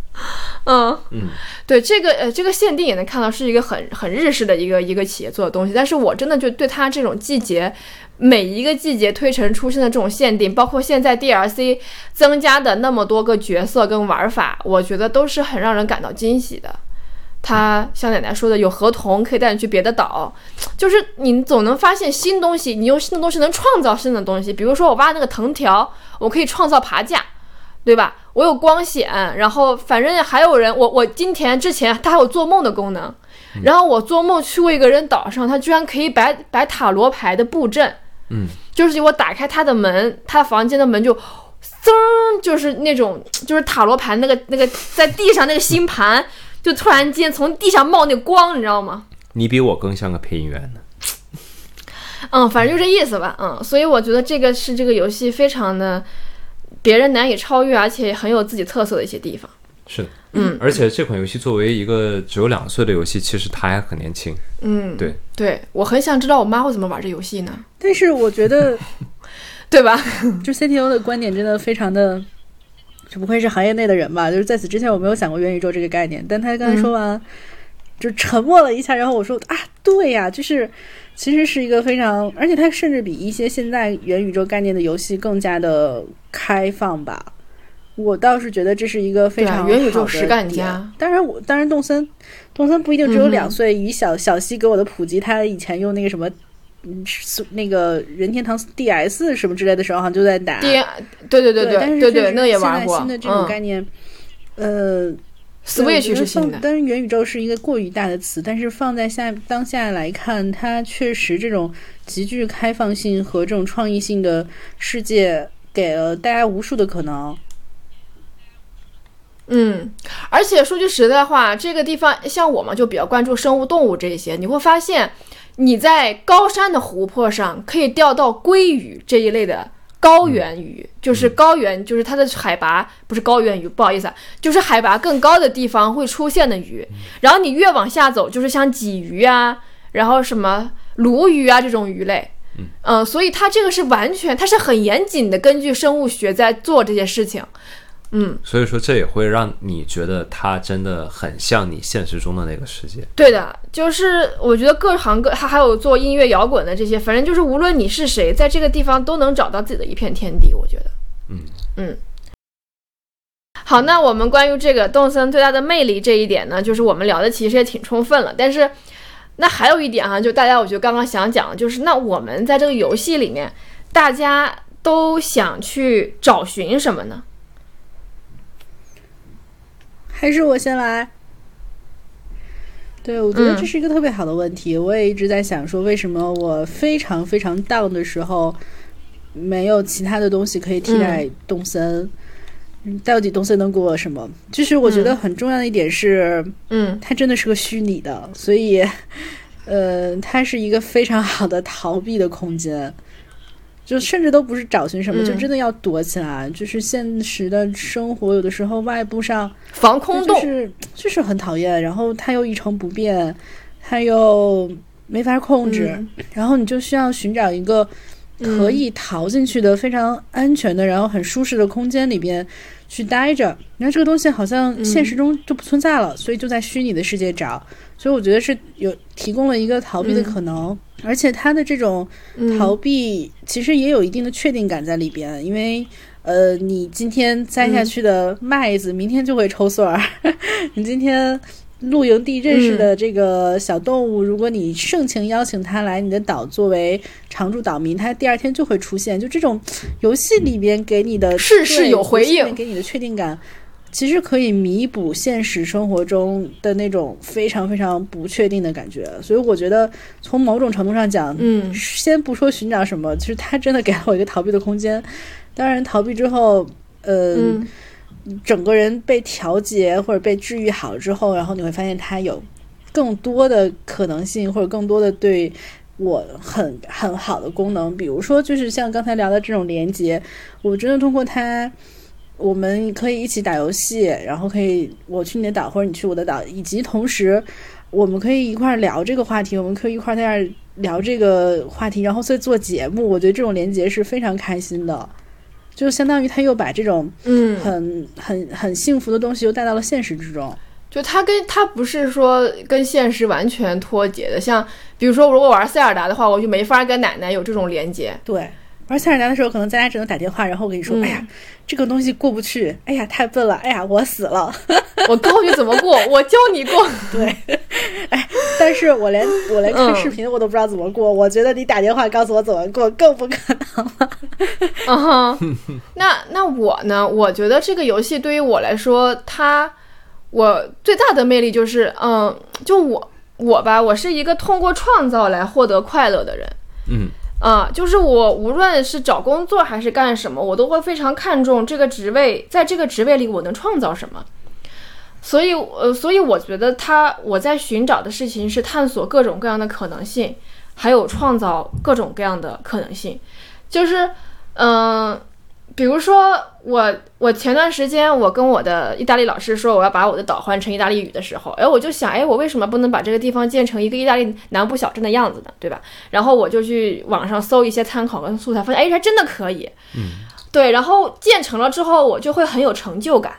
嗯嗯，对，这个呃，这个限定也能看到是一个很很日式的一个一个企业做的东西，但是我真的就对它这种季节。每一个季节推陈出新的这种限定，包括现在 DLC 增加的那么多个角色跟玩法，我觉得都是很让人感到惊喜的。他像奶奶说的，有合同可以带你去别的岛，就是你总能发现新东西，你用新的东西能创造新的东西。比如说我挖那个藤条，我可以创造爬架，对吧？我有光显，然后反正还有人，我我今天之前它还有做梦的功能，然后我做梦去过一个人岛上，他居然可以摆摆塔罗牌的布阵，嗯，就是我打开他的门，他房间的门就噌，就是那种就是塔罗牌那个那个在地上那个星盘，就突然间从地上冒那光，你知道吗？你比我更像个配音员呢。嗯，反正就这意思吧，嗯，所以我觉得这个是这个游戏非常的别人难以超越，而且很有自己特色的一些地方。是的，嗯，而且这款游戏作为一个只有两岁的游戏，其实它还很年轻。嗯，对，对我很想知道我妈会怎么玩这游戏呢，但是我觉得，对 吧？就 CTO 的观点真的非常的，就不愧是行业内的人吧。就是在此之前我没有想过元宇宙这个概念，但他刚才嗯说完，就沉默了一下，然后我说啊，对呀，就是其实是一个非常，而且它甚至比一些现在元宇宙概念的游戏更加的开放吧。我倒是觉得这是一个非对啊常元宇宙好的实干家点当然我当然动森，动森不一定只有嗯哼两岁。以小小西给我的普及，他以前用那个什么嗯，是那个任天堂 DS 什么之类的时候，好像就在打。第对对对但是对这对，是那个也现在玩过，新的这种概嗯念，呃，Switch 对我觉得是新放的，但是元宇宙是一个过于大的词，但是放在下当下来看，它确实这种极具开放性和这种创意性的世界，给了大家无数的可能。嗯，而且说句实在话，这个地方像我嘛，就比较关注生物动物这一些，你会发现你在高山的湖泊上可以钓到鲑鱼这一类的。高原鱼、就是高原，就是它的海拔不是高原鱼，不好意思啊，就是海拔更高的地方会出现的鱼。然后你越往下走，就是像鲫鱼啊，然后什么鲈鱼啊这种鱼类，嗯、呃，所以它这个是完全，它是很严谨的，根据生物学在做这些事情。嗯，所以说这也会让你觉得它真的很像你现实中的那个世界。对的，就是我觉得各行各，它还有做音乐摇滚的这些，反正就是无论你是谁，在这个地方都能找到自己的一片天地。我觉得，嗯嗯。好，那我们关于这个动森最大的魅力这一点呢，就是我们聊的其实也挺充分了。但是，那还有一点哈、啊，就大家我觉得刚刚想讲的就是，那我们在这个游戏里面，大家都想去找寻什么呢？还是我先来。对，我觉得这是一个特别好的问题。我也一直在想说，为什么我非常非常 down 的时候，没有其他的东西可以替代动森？嗯到底动森能给我什么？就是我觉得很重要的一点是，嗯，它真的是个虚拟的，所以， 呃，它是一个非常好的逃避的空间。就甚至都不是找寻什么，嗯就真的要躲起来。就是现实的生活，有的时候外部上防空就洞。是就是很讨厌，然后它又一成不变，它又没法控制，嗯然后你就需要寻找一个可以逃进去的、非常安全的，然后很舒适的空间里边去待着。你看这个东西好像现实中就不存在了，所以就在虚拟的世界找。所以我觉得是有提供了一个逃避的可能，而且它的这种嗯逃避其实也有一定的确定感在里边，因为呃，你今天栽下去的麦子，明天就会抽穗儿； 你今天露营地认识的这个小动物，如果你盛情邀请它来你的岛作为常驻岛民，它第二天就会出现。就这种游戏里边给你的事事对有回游戏里应面给你的确定感。其实可以弥补现实生活中的那种非常非常不确定的感觉，所以我觉得从某种程度上讲，嗯先不说寻找什么，就是他真的给了我一个逃避的空间。当然，逃避之后，呃，嗯整个人被调节或者被治愈好之后，然后你会发现他有更多的可能性，或者更多的对我很很好的功能。比如说，就是像刚才聊的这种连接，我真的通过它。我们可以一起打游戏，然后可以我去你的岛，或者你去我的岛，以及同时我们可以一块儿聊这个话题，我们可以一块儿在那儿聊这个话题，然后再做节目。我觉得这种连接是非常开心的，就相当于他又把这种嗯，很很很幸福的东西又带到了现实之中。就它跟它不是说跟现实完全脱节的，像比如说如果玩塞尔达的话，我就没法跟奶奶有这种连接。对，玩塞尔达的时候，可能咱俩只能打电话，然后我跟你说，嗯哎呀，这个东西过不去，哎呀，太笨了，哎呀，我死了。我告诉你怎么过，我教你过。但是我连我连看嗯视频我都不知道怎么过，我觉得你打电话告诉我怎么过更不可能了。嗯哼，那那我呢？我觉得这个游戏对于我来说，它我最大的魅力就是，嗯，就我我吧，我是一个通过创造来获得快乐的人。嗯，啊、就是我无论是找工作还是干什么，我都会非常看重这个职位，在这个职位里我能创造什么。所以，呃，所以我觉得他我在寻找的事情是探索各种各样的可能性，还有创造各种各样的可能性。就是，嗯、比如说我我前段时间我跟我的意大利老师说我要把我的岛换成意大利语的时候，哎，我就想，哎，我为什么不能把这个地方建成一个意大利南部小镇的样子呢？对吧？然后我就去网上搜一些参考跟素材，发现哎，还真的可以。嗯，对，然后建成了之后，我就会很有成就感。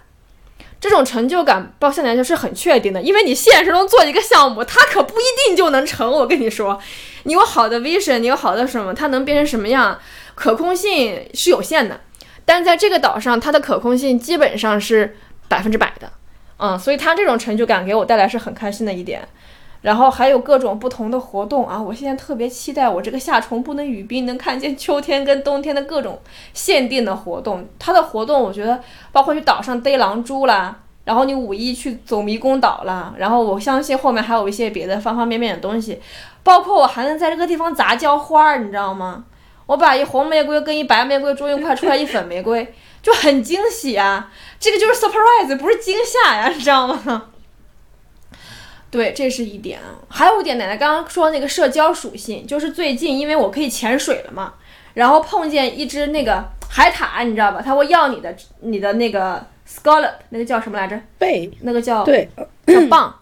这种成就感到现在就是很确定的，因为你现实中做一个项目，它可不一定就能成。我跟你说，你有好的 vision，你有好的什么，它能变成什么样，可控性是有限的。但在这个岛上，它的可控性基本上是百分之百的，嗯，所以它这种成就感给我带来是很开心的一点。然后还有各种不同的活动啊！我现在特别期待我这个夏虫不能语冰，能看见秋天跟冬天的各种限定的活动。它的活动我觉得包括去岛上逮狼蛛啦，然后你五一去走迷宫岛啦，然后我相信后面还有一些别的方方面面的东西，包括我还能在这个地方杂交花儿，你知道吗？我把一红玫瑰跟一白玫瑰种一块儿，出来一粉玫瑰，就很惊喜啊！这个就是 surprise，不是惊吓呀，你知道吗？对，这是一点。啊，还有一点，奶奶刚刚说那个社交属性，就是最近因为我可以潜水了嘛，然后碰见一只那个海獭，你知道吧？它会要你的你的那个 scallop，那个叫什么来着？背那个叫对，叫蚌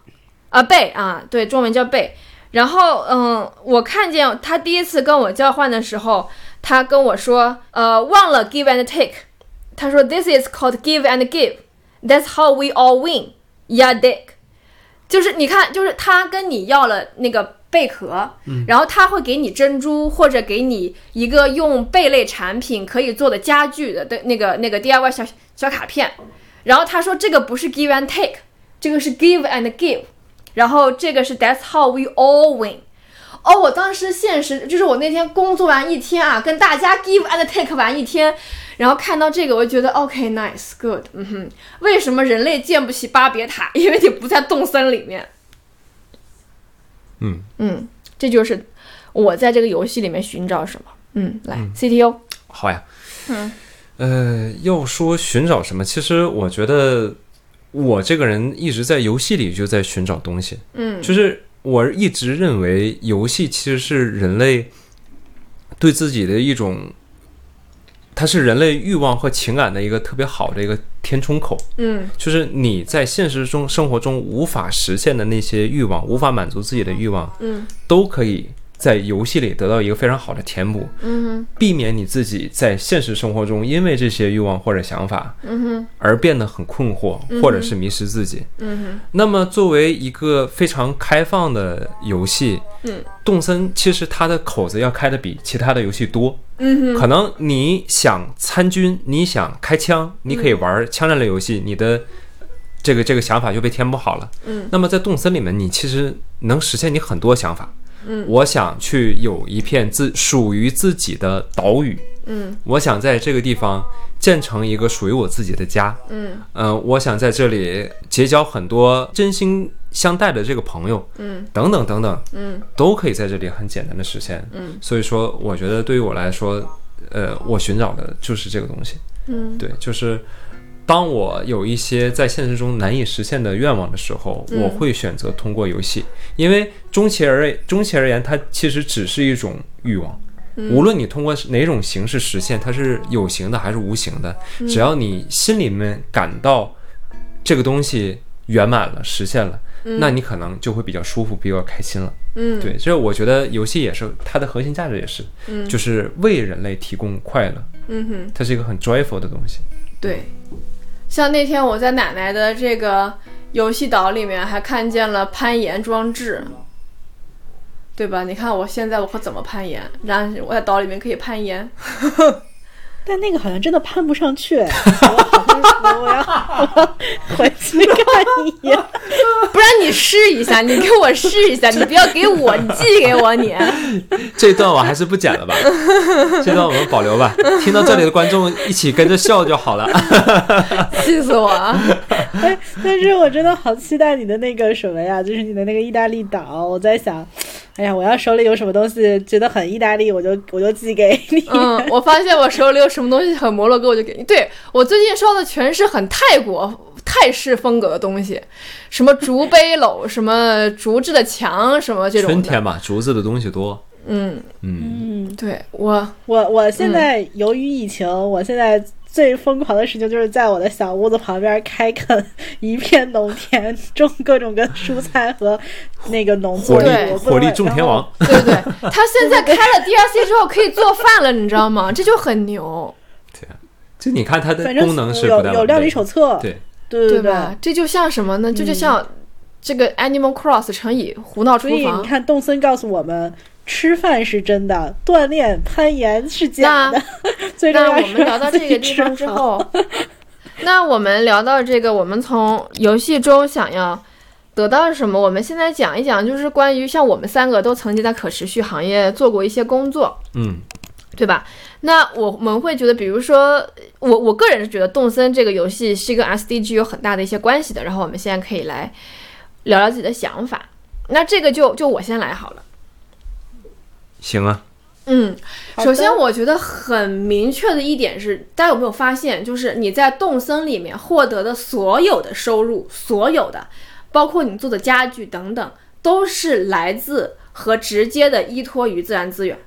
啊贝啊，对，中文叫贝。然后，嗯，我看见他第一次跟我交换的时候，他跟我说，呃，忘了 give and take。他说，This is called give and give. That's how we all win. Yeah, Dick。就是你看，就是他跟你要了那个贝壳，然后他会给你珍珠，或者给你一个用贝类产品可以做的家具的对那个那个 DIY 小小卡片。然后他说这个不是 give and take，这个是 give and give。然后这个是 That's how we all win。哦，我当时现实就是我那天工作完一天啊，跟大家 give and take 完一天，然后看到这个，我就觉得 OK nice good，嗯哼，为什么人类建不起巴别塔？ 因为你不在动森里面。嗯嗯，这就是我在这个游戏里面寻找什么。嗯，来 CTO，好呀，嗯，呃，要说寻找什么，其实我觉得我这个人一直在游戏里就在寻找东西，嗯就是我一直认为游戏其实是人类对自己的一种，它是人类欲望和情感的一个特别好的一个填充口，嗯就是你在现实中生活中无法实现的那些欲望，无法满足自己的欲望，嗯都可以在游戏里得到一个非常好的填补。嗯避免你自己在现实生活中因为这些欲望或者想法哼嗯哼而变得很困惑，或者是迷失自己。嗯哼那么，作为一个非常开放的游戏，嗯，动森其实它的口子要开的比其他的游戏多。嗯哼可能你想参军，你想开枪，你可以玩枪战类游戏，你的这个这个想法就被填补好了。嗯，那么在动森里面，你其实能实现你很多想法。嗯，我想去有一片自属于自己的岛屿，嗯我想在这个地方建成一个属于我自己的家。嗯嗯、我想在这里结交很多真心相待的这个朋友，嗯等等等等，嗯，都可以在这里很简单的实现。嗯，所以说，我觉得对于我来说，呃，我寻找的就是这个东西。嗯对，就是当我有一些在现实中难以实现的愿望的时候，嗯我会选择通过游戏，因为终其而终其而言，它其实只是一种欲望。嗯无论你通过哪种形式实现，它是有形的还是无形的，嗯只要你心里面感到这个东西圆满了、实现了，那你可能就会比较舒服、比较开心了。嗯，对，这我觉得游戏也是它的核心价值，也是，嗯就是为人类提供快乐，嗯哼。它是一个很 joyful 的东西。对，像那天我在奶奶的这个游戏岛里面还看见了攀岩装置，对吧？你看我现在我可怎么攀岩？然后我在岛里面可以攀岩， 但那个好像真的攀不上去，哎我好像我要回去看一眼。不然你试一下，你给我试一下，你不要给我，你寄给我你。 这段我还是不剪了吧，这段我们保留吧。听到这里的观众一起跟着笑就好了。气死我啊！但 但是我真的好期待你的那个什么呀，就是你的那个意大利岛。我在想，哎呀，我要手里有什么东西觉得很意大利，我就我就寄给你。嗯，我发现我手里有什么东西很摩洛哥，我就给你。对我最近收的全是很泰国泰式风格的东西，什么竹背篓，什么竹制的墙，什么这种的。春天嘛，竹子的东西多。嗯，嗯，嗯，对我，我我现在由于疫情，我现在。最疯狂的事情就是在我的小屋子旁边开垦一片农田，种各种各蔬菜和那个农作火物。对力我不火力能种田。嗯然后王，对对，他现在开了 DLC 之后可以做饭了，你知道吗？这就很牛，这你看它的反正功能是有不太有完料理备手册，对，对对对。嗯吧？这就像什么呢？这就像这个 Animal Cross 乘以胡闹厨所以房你。看，动森告诉我们，吃饭是真的，锻炼、攀岩是假那的。最重那要我是们聊到自这个己地吃方之好，后，那我们聊到这个，我们从游戏中想要得到什么？我们现在讲一讲，就是关于像我们三个都曾经在可持续行业做过一些工作，嗯，对吧？那我们会觉得，比如说我我个人是觉得动森这个游戏是跟 SDG 有很大的一些关系的。然后我们现在可以来聊聊自己的想法。那这个就就我先来好了。行啊，嗯，好首的先我觉得很明确的一点是，大家有没有发现，就是你在动森里面获得的所有的收入，所有的，包括你做的家具等等，都是来自和直接的依托于自然资源。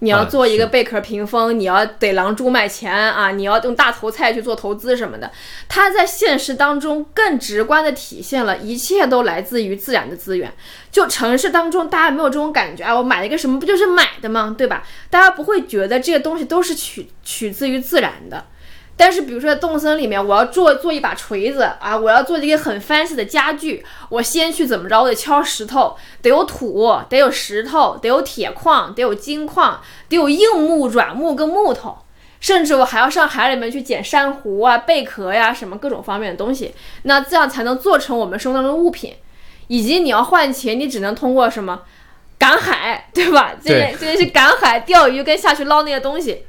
你要啊做一个是贝壳屏风，你要给狼蛛卖钱啊，你要用大头菜去做投资什么的。它在现实当中更直观的体现了一切都来自于自然的资源。就城市当中，大家没有这种感觉啊，我买了一个什么不就是买的吗？对吧？大家不会觉得这些东西都是取取自于自然的。但是，比如说在动森里面，我要做做一把锤子啊，我要做一个很 fancy 的家具，我先去怎么着？我得敲石头，得有土，得有石头，得有铁矿，得有金矿，得有硬木、软木跟木头，甚至我还要上海里面去捡珊瑚啊、贝壳呀、什么各种方面的东西，那这样才能做成我们生活当中的物品。以及你要换钱，你只能通过什么赶海，对吧？这对这是赶海、 钓鱼跟下去捞那些东西。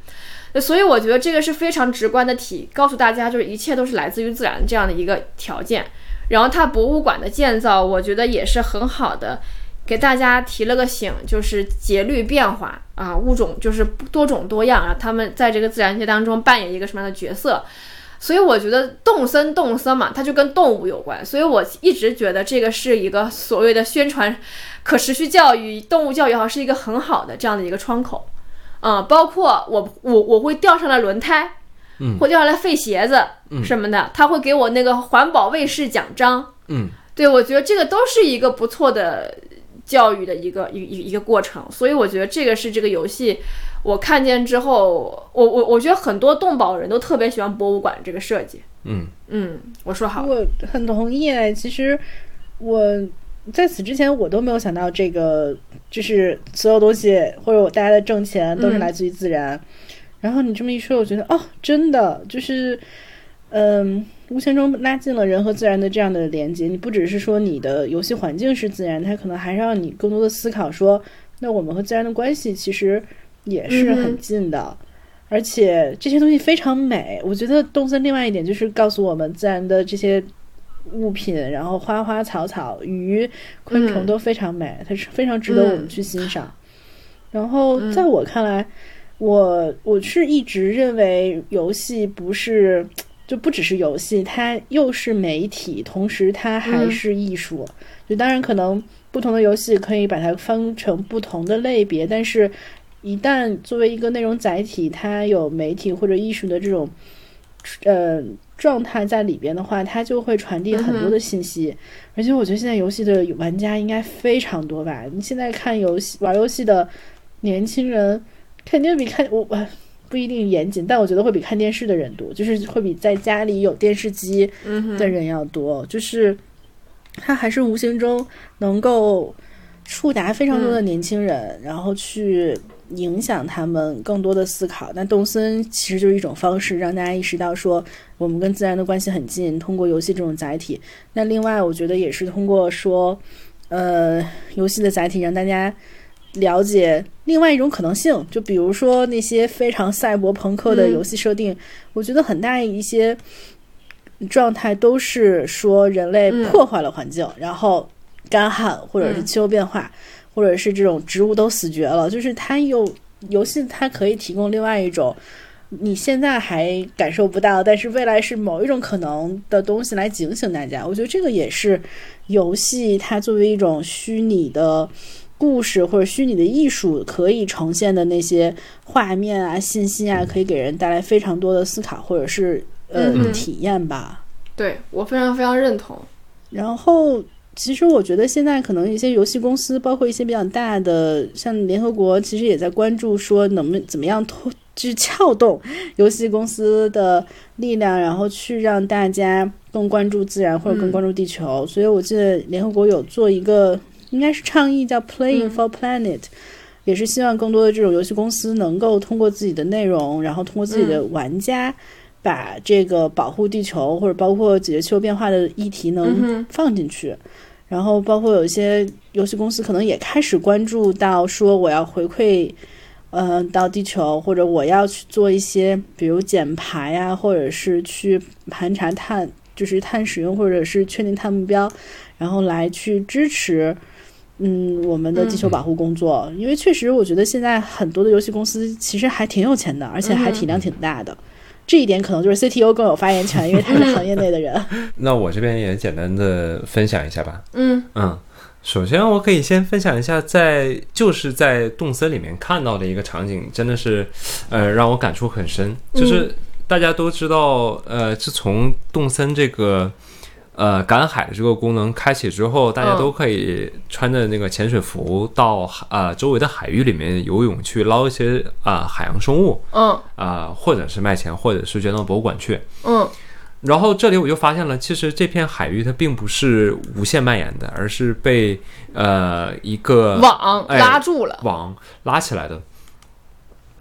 所以我觉得这个是非常直观的体，告诉大家就是一切都是来自于自然这样的一个条件。然后它博物馆的建造，我觉得也是很好的，给大家提了个醒，就是节律变化啊，物种就是多种多样，然后他们在这个自然界当中扮演一个什么样的角色。所以我觉得动森动森嘛，它就跟动物有关，所以我一直觉得这个是一个所谓的宣传可持续教育、动物教育也好，是一个很好的这样的一个窗口。嗯，包括我我我会掉上来轮胎，嗯会掉下来废鞋子什么的，他会给我那个环保卫士奖章。嗯，对，我觉得这个都是一个不错的教育的一个一一一个过程，所以我觉得这个是这个游戏。我看见之后，我我我觉得很多动保人都特别喜欢博物馆这个设计。嗯嗯，我说好了，我很同意哎，其实我在此之前我都没有想到这个，就是所有东西或者我大家的挣钱都是嗯来自于自然。然后你这么一说，我觉得哦，真的就是，嗯，无形中拉近了人和自然的这样的连接。你不只是说你的游戏环境是自然，它可能还让你更多的思考说，那我们和自然的关系其实也是嗯很哼近的。而且这些东西非常美。我觉得动森另外一点就是告诉我们，自然的这些物品，然后花花草草、鱼、昆虫嗯都非常美，它是非常值得我们去欣赏。然后嗯在我看来，我我是一直认为游戏不是。就不只是游戏，它又是媒体，同时它还嗯是艺术。就当然可能不同的游戏可以把它分成不同的类别，但是一旦作为一个内容载体，它有媒体或者艺术的这种呃状态在里边的话，它就会传递很多的信息。而且我觉得现在游戏的玩家应该非常多吧？你现在看游戏玩游戏的年轻人，肯定比看我我不一定严谨，但我觉得会比看电视的人多，就是会比在家里有电视机嗯哼，的人要多，就是他还是无形中能够触达非常嗯多的年轻人，然后去影响他们更多的思考。那动森其实就是一种方式，让大家意识到说我们跟自然的关系很近，通过游戏这种载体。那另外，我觉得也是通过说，呃，游戏的载体让大家。了解另外一种可能性，就比如说那些非常赛博朋克的嗯游戏设定，我觉得很大一些状态都是说人类嗯破坏了环境，然后干旱或者是嗯气候变化，或者是这种植物都死绝了，就是它又游戏它可以提供另外一种你现在还感受不到，但是未来是某一种可能的东西来警醒大家。我觉得这个也是游戏它作为一种虚拟的。故事或者虚拟的艺术可以呈现的那些画面啊、信息啊，可以给人带来非常多的思考或者是呃、嗯体验吧。对我非常非常认同。然后，其实我觉得现在可能一些游戏公司，包括一些比较大的，像联合国，其实也在关注说能不能怎么样推，就是撬动游戏公司的力量，然后去让大家更关注自然或者更嗯关注地球。所以我记得联合国有做一个，应该是倡议叫 “Playing 嗯 for Planet”、也是希望更多的这种游戏公司能够通过自己的内容，然后通过自己的嗯玩家，把这个保护地球或者包括解决气候变化的议题嗯能哼放进去。然后包括有一些游戏公司可能也开始关注到说我要回馈，呃，到地球或者我要去做一些，比如减排啊，或者是去盘查碳，就是碳使用，或者是确定碳目标，然后来去支持。嗯，我们的地球保护工作，因为确实我觉得现在很多的游戏公司其实还挺有钱的，而且还体量挺大的。这一点可能就是 CTO 更有发言权，因为他是行业内的人。那我这边也简单的分享一下吧。嗯嗯，首先，我可以先分享一下在，就是在动森里面看到的一个场景，真的是，呃，让我感触很深。就是大家都知道，呃，自从动森这个呃赶海的这个功能开启之后，大家都可以穿着那个潜水服到海呃周围的海域里面游泳去捞一些啊、呃海洋生物嗯啊、呃或者是卖钱，或者是捐到博物馆去。嗯然后这里我就发现了，其实这片海域它并不是无限蔓延的，而是被呃一个网哎拉住了，网拉起来的。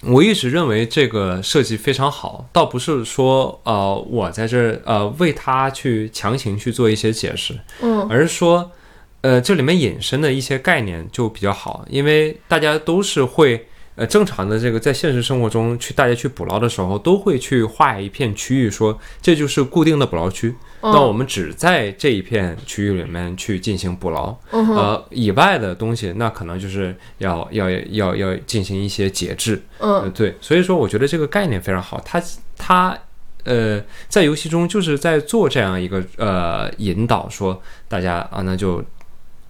我一直认为这个设计非常好，倒不是说呃我在这儿呃为它去强行去做一些解释，嗯而是说呃这里面引申的一些概念就比较好，因为大家都是会。呃，正常的这个在现实生活中去大家去捕捞的时候，都会去画一片区域说这就是固定的捕捞区，那我嗯们只在这一片区域里面去进行捕捞，嗯哼呃，以外的东西，那可能就是要要要要进行一些节制。呃，嗯对，所以说我觉得这个概念非常好，它它呃在游戏中就是在做这样一个呃引导，说大家啊，那就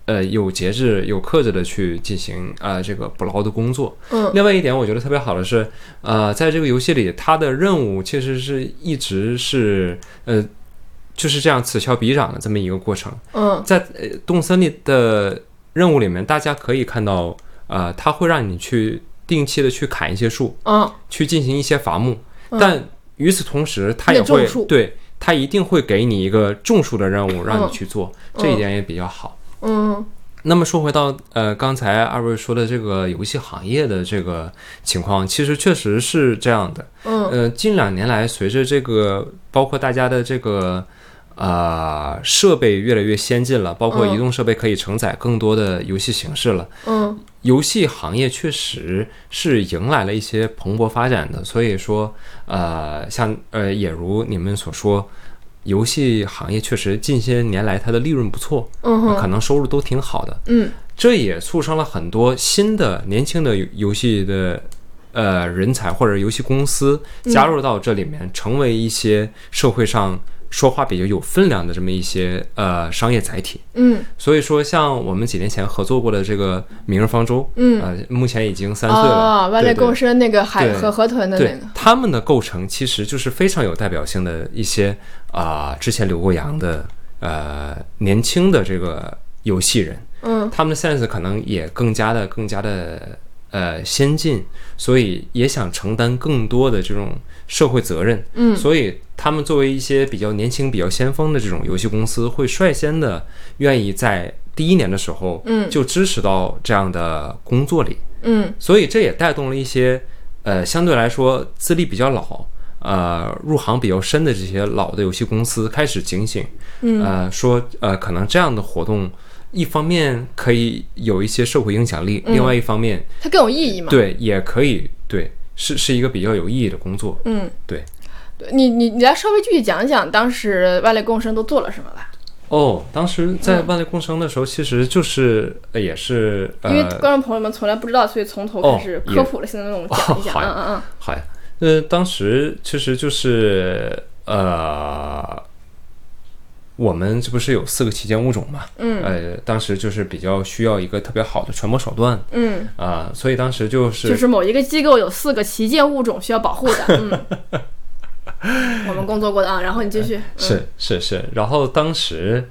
呃有节制、有克制的去进行呃这个捕捞的工作。嗯另外一点，我觉得特别好的是，呃，在这个游戏里，它的任务其实是一直是呃。就是这样此消彼长的这么一个过程，嗯在呃动森里的任务里面，大家可以看到，呃，它会让你去定期的去砍一些树，嗯，去进行一些伐木，嗯但与此同时，它也也种会树对它一定会给你一个种树的任务让嗯你去做，这一点也比较好。嗯那么说回到呃，刚才二位说的这个游戏行业的这个情况，其实确实是这样的。嗯呃，近两年来，随着这个包括大家的这个呃设备越来越先进了，包括嗯移动设备可以承载更多的游戏形式了，嗯游戏行业确实是迎来了一些蓬勃发展的。所以说，呃，像呃，也如你们所说，游戏行业确实近些年来它的利润不错，嗯可哼能收入都挺好的。嗯这也促成了很多新的年轻的游游戏的呃人才或者游戏公司加入到这里面，成为一些社会上说话比较有分量的这么一些呃商业载体。嗯所以说，像我们几年前合作过的这个《明日方舟》，嗯呃，目前已经三岁了。啊，万类对对共生那个海对和河豚的那对个，他们的构成其实就是非常有代表性的一些啊、之前留过洋的呃年轻的这个游戏人，嗯他们的 sense 可能也更加的、更加的呃先进，所以也想承担更多的这种社会责任。嗯所以他们作为一些比较年轻、比较先锋的这种游戏公司，会率先的愿意在第一年的时候，嗯就支持到这样的工作里。嗯所以这也带动了一些呃相对来说资历比较老。呃，入行比较深的这些老的游戏公司开始警醒，嗯呃，说呃，可能这样的活动，一方面可以有一些社会影响力，嗯另外一方面，它更有意义嘛？对，也可以对，是是一个比较有意义的工作。嗯，对。你你你来稍微具体讲讲当时万类共生都做了什么吧，哦，当时嗯在万类共生的时候，其实就是、呃也是因为呃，观众朋友们从来不知道，所以从头开始哦科也普了，现在那 我们讲一讲，好呀嗯好呀，呃，当时其实就是呃，我们这不是有四个旗舰物种嘛？嗯嗯呃，当时就是比较需要一个特别好的传播手段嗯，啊、所以当时就是就是某一个机构有四个旗舰物种需要保护的，嗯，我们工作过的啊，然后你继续，哎是是是，然后当时，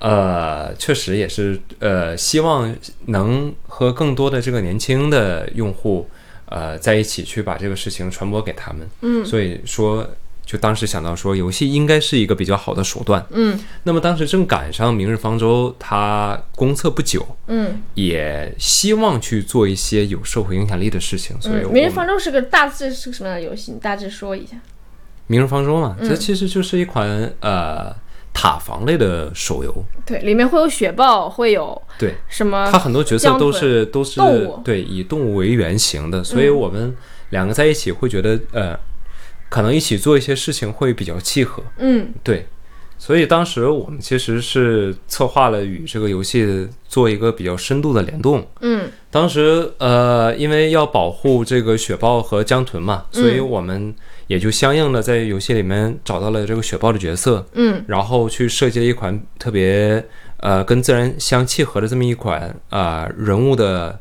呃，确实也是呃，希望能和更多的这个年轻的用户，呃，在一起去把这个事情传播给他们。嗯所以说，就当时想到说，游戏应该是一个比较好的手段。嗯那么当时正赶上《明日方舟》它公测不久，嗯也希望去做一些有社会影响力的事情，所以嗯，我明日们方舟是个大致是个什么样的游戏？你大致说一下。明日方舟》嘛，嗯这其实就是一款呃塔防类的手游。对，里面会有雪豹，会有对，什么它？很多角色江都豚是都是啊动物对以动物为原型的，所以我们两个在一起会觉得呃，可能一起做一些事情会比较契合。嗯对，所以当时我们其实是策划了与这个游戏做一个比较深度的联动。嗯当时呃，因为要保护这个雪豹和江豚嘛，嗯所以我们也就相应的在游戏里面找到了这个雪豹的角色，嗯然后去设计了一款特别呃跟自然相契合的这么一款啊、呃人物的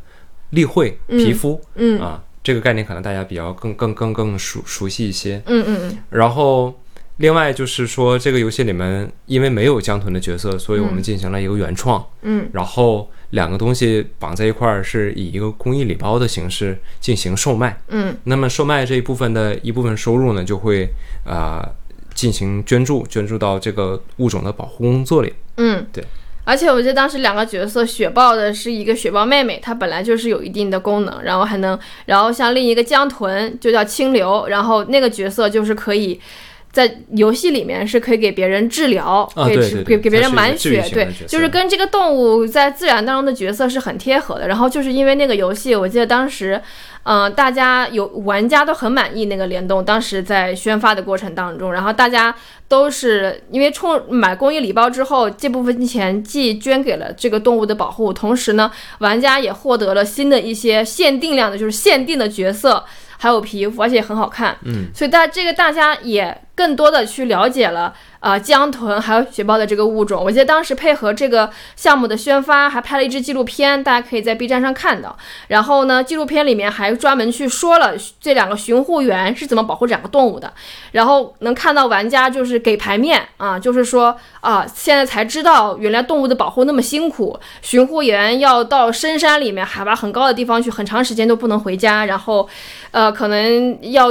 立绘皮肤，嗯啊、这个概念可能大家比较更更更更熟熟悉一些。嗯嗯然后另外就是说，这个游戏里面因为没有江豚的角色，所以我们进行了一个原创，嗯然后两个东西绑在一块儿，是以一个公益礼包的形式进行售卖。嗯那么售卖这一部分的一部分收入呢，就会啊、呃进行捐助，捐助到这个物种的保护工作里。嗯，对。而且我记得当时两个角色，雪豹的是一个雪豹妹妹，她本来就是有一定的功能，然后还能，然后像另一个江豚就叫清流，然后那个角色就是可以。在游戏里面是可以给别人治疗，啊给对治对对给给别它人是一个满治愈血，型的对角，色就是跟这个动物在自然当中的角色是很贴合的。然后就是因为那个游戏，我记得当时，嗯、大家有玩家都很满意那个联动，当时在宣发的过程当中，然后大家都是因为冲买公益礼包之后，这部分钱既捐给了这个动物的保护，同时呢，玩家也获得了新的一些限定量的，就是限定的角色，还有皮肤，而且也很好看。嗯，所以大这个大家也更多的去了解了啊、呃江豚还有雪豹的这个物种。我记得当时配合这个项目的宣发，还拍了一支纪录片，大家可以在 B 站上看到。然后呢，纪录片里面还专门去说了这两个巡护员是怎么保护这两个动物的。然后能看到玩家就是给牌面啊，就是说啊，现在才知道原来动物的保护那么辛苦，巡护员要到深山里面海拔很高的地方去，很长时间都不能回家，然后，呃，可能要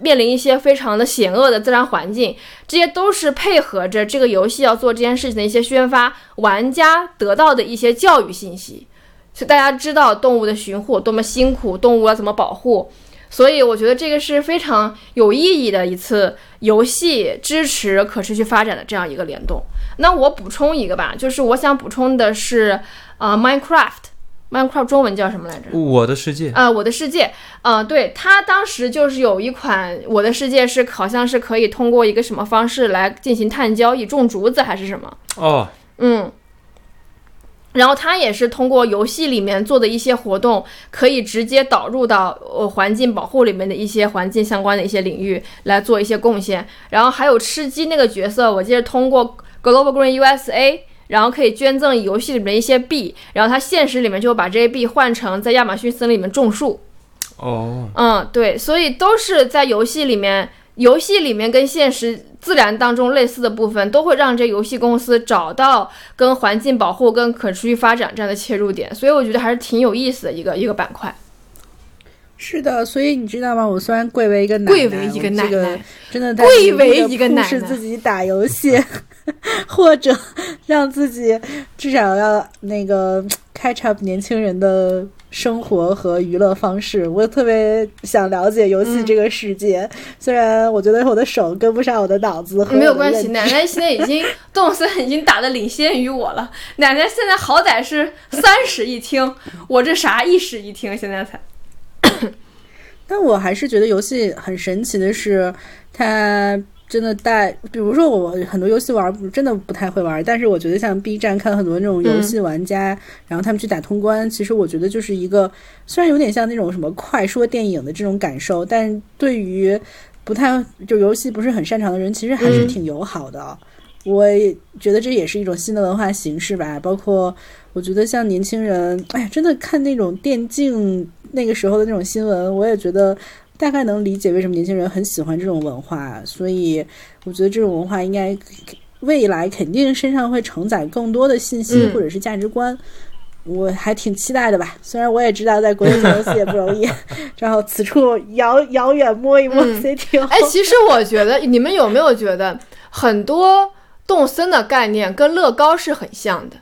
面临一些非常的险恶的自然环境，这些都是配合着这个游戏要做这件事情的一些宣发，玩家得到的一些教育信息。所以大家知道动物的巡护多么辛苦，动物要怎么保护。所以我觉得这个是非常有意义的一次游戏支持可持续发展的这样一个联动。那我补充一个吧，就是我想补充的是，啊、m i n e c r a f t m i n e c r a f t 中文叫什么来着？我的世界，啊、我的世界，呃，对，它当时就是有一款《我的世界》是好像是可以通过一个什么方式来进行碳交易，种竹子还是什么？哦，嗯。然后它也是通过游戏里面做的一些活动，可以直接导入到呃环境保护里面的一些环境相关的一些领域来做一些贡献。然后还有吃鸡那个角色，我记得通过 Global Green USA，然后可以捐赠游戏里面一些币，然后它现实里面就把这些币换成在亚马逊森林里面种树。哦，嗯，对，所以都是在游戏里面，游戏里面跟现实自然当中类似的部分，都会让这游戏公司找到跟环境保护、跟可持续发展这样的切入点，所以我觉得还是挺有意思的一个一个板块。是的，所以你知道吗？我虽然贵为一个奶奶，贵为一个奶我这奶个，真的贵为一个奶奶是自己打游戏， 或者让自己至少要那个 catch up 年轻人的生活和娱乐方式。我特别想了解嗯游戏这个世界，虽然我觉得我的手跟不上我的脑子和嗯没有我的关认系，知奶奶现在已经动森已经打得领先于我了，奶奶现在好歹是三室一厅，我这啥一室一厅，现在才。但我还是觉得游戏很神奇的是，它真的带，比如说我很多游戏玩儿真的不太会玩儿，但是我觉得像 B 站看很多那种游戏玩家，然后他们去打通关，其实我觉得就是一个虽然有点像那种什么快说电影的这种感受，但对于不太就游戏不是很擅长的人，其实还是嗯挺友好的。我也觉得这也是一种新的文化形式吧，包括我觉得像年轻人，哎呀，真的看那种电竞那个时候的那种新闻，我也觉得大概能理解为什么年轻人很喜欢这种文化，所以我觉得这种文化应该未来肯定身上会承载更多的信息嗯或者是价值观。我还挺期待的吧，虽然我也知道在国内做游戏也不 容易，然后此处遥遥远摸一摸嗯 CTO，、哎，其实我觉得你们有没有觉得很多动森的概念跟乐高是很像的？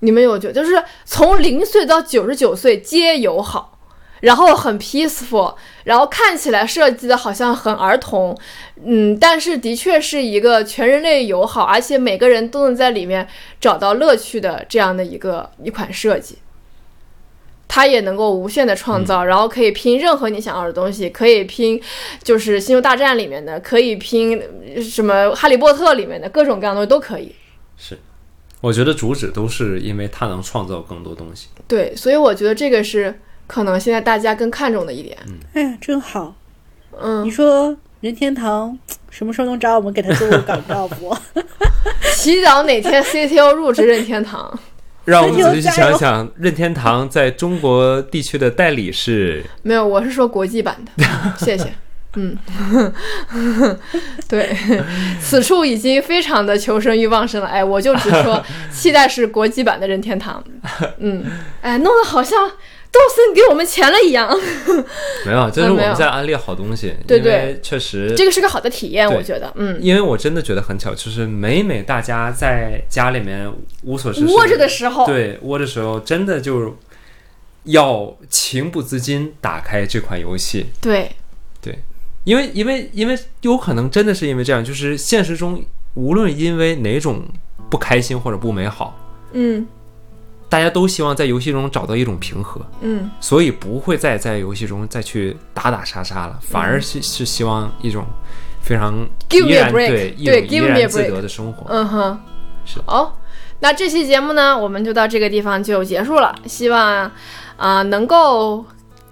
你们有觉得就是从零岁到九十九岁皆友好，然后很 peaceful，然后看起来设计的好像很儿童，嗯，但是的确是一个全人类友好，而且每个人都能在里面找到乐趣的这样的一个一款设计。它也能够无限的创造，然后可以拼任何你想要的东西，可以拼就是《星球大战》里面的，可以拼呃什么《哈利波特》里面的各种各样的东西都可以。是，我觉得主旨都是因为它能创造更多东西。对，所以我觉得这个是可能现在大家更看重的一点。哎呀，真好。嗯你说任天堂什么时候能找我们给他做个广告 不？祈祷哪 天 CTO 入职任天堂，让我们仔细想想，任天堂在中国地区的代理是没有，我是说国际版的， 嗯谢谢。嗯，对，此处已经非常的求生欲旺盛了。哎，我就只 说期待是国际版的任天堂。嗯，哎，弄得好像动森给我们钱了一样。 没有，这是嗯我没有们在安利好东西。对因对为确实这个是个好的体验，对我觉得，嗯，因为我真的觉得很巧，就是每每大家在家里面无所事事窝着的时候，对窝的时候，真的就要情不自禁打开这款游戏，对因为因为因为有可能真的是因为这样，就是现实中无论因为哪种不开心或者不美好，嗯大家都希望在游戏中找到一种平和，嗯，所以不会再在游戏中再去打打杀杀了，反而是是希望一种非常嗯 Give 依 me a 然 break，对一对种 give 怡 me a 然自 break 得的生活。嗯哼，是哦。那这期节目呢，我们就到这个地方就结束了。希望啊、能够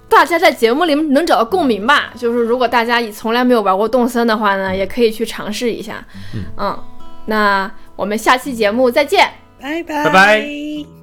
大家在节目里能找到共鸣吧。就是如果大家从来没有玩过动森的话呢，也可以去尝试一下。嗯，那我们下期节目再见。拜拜拜拜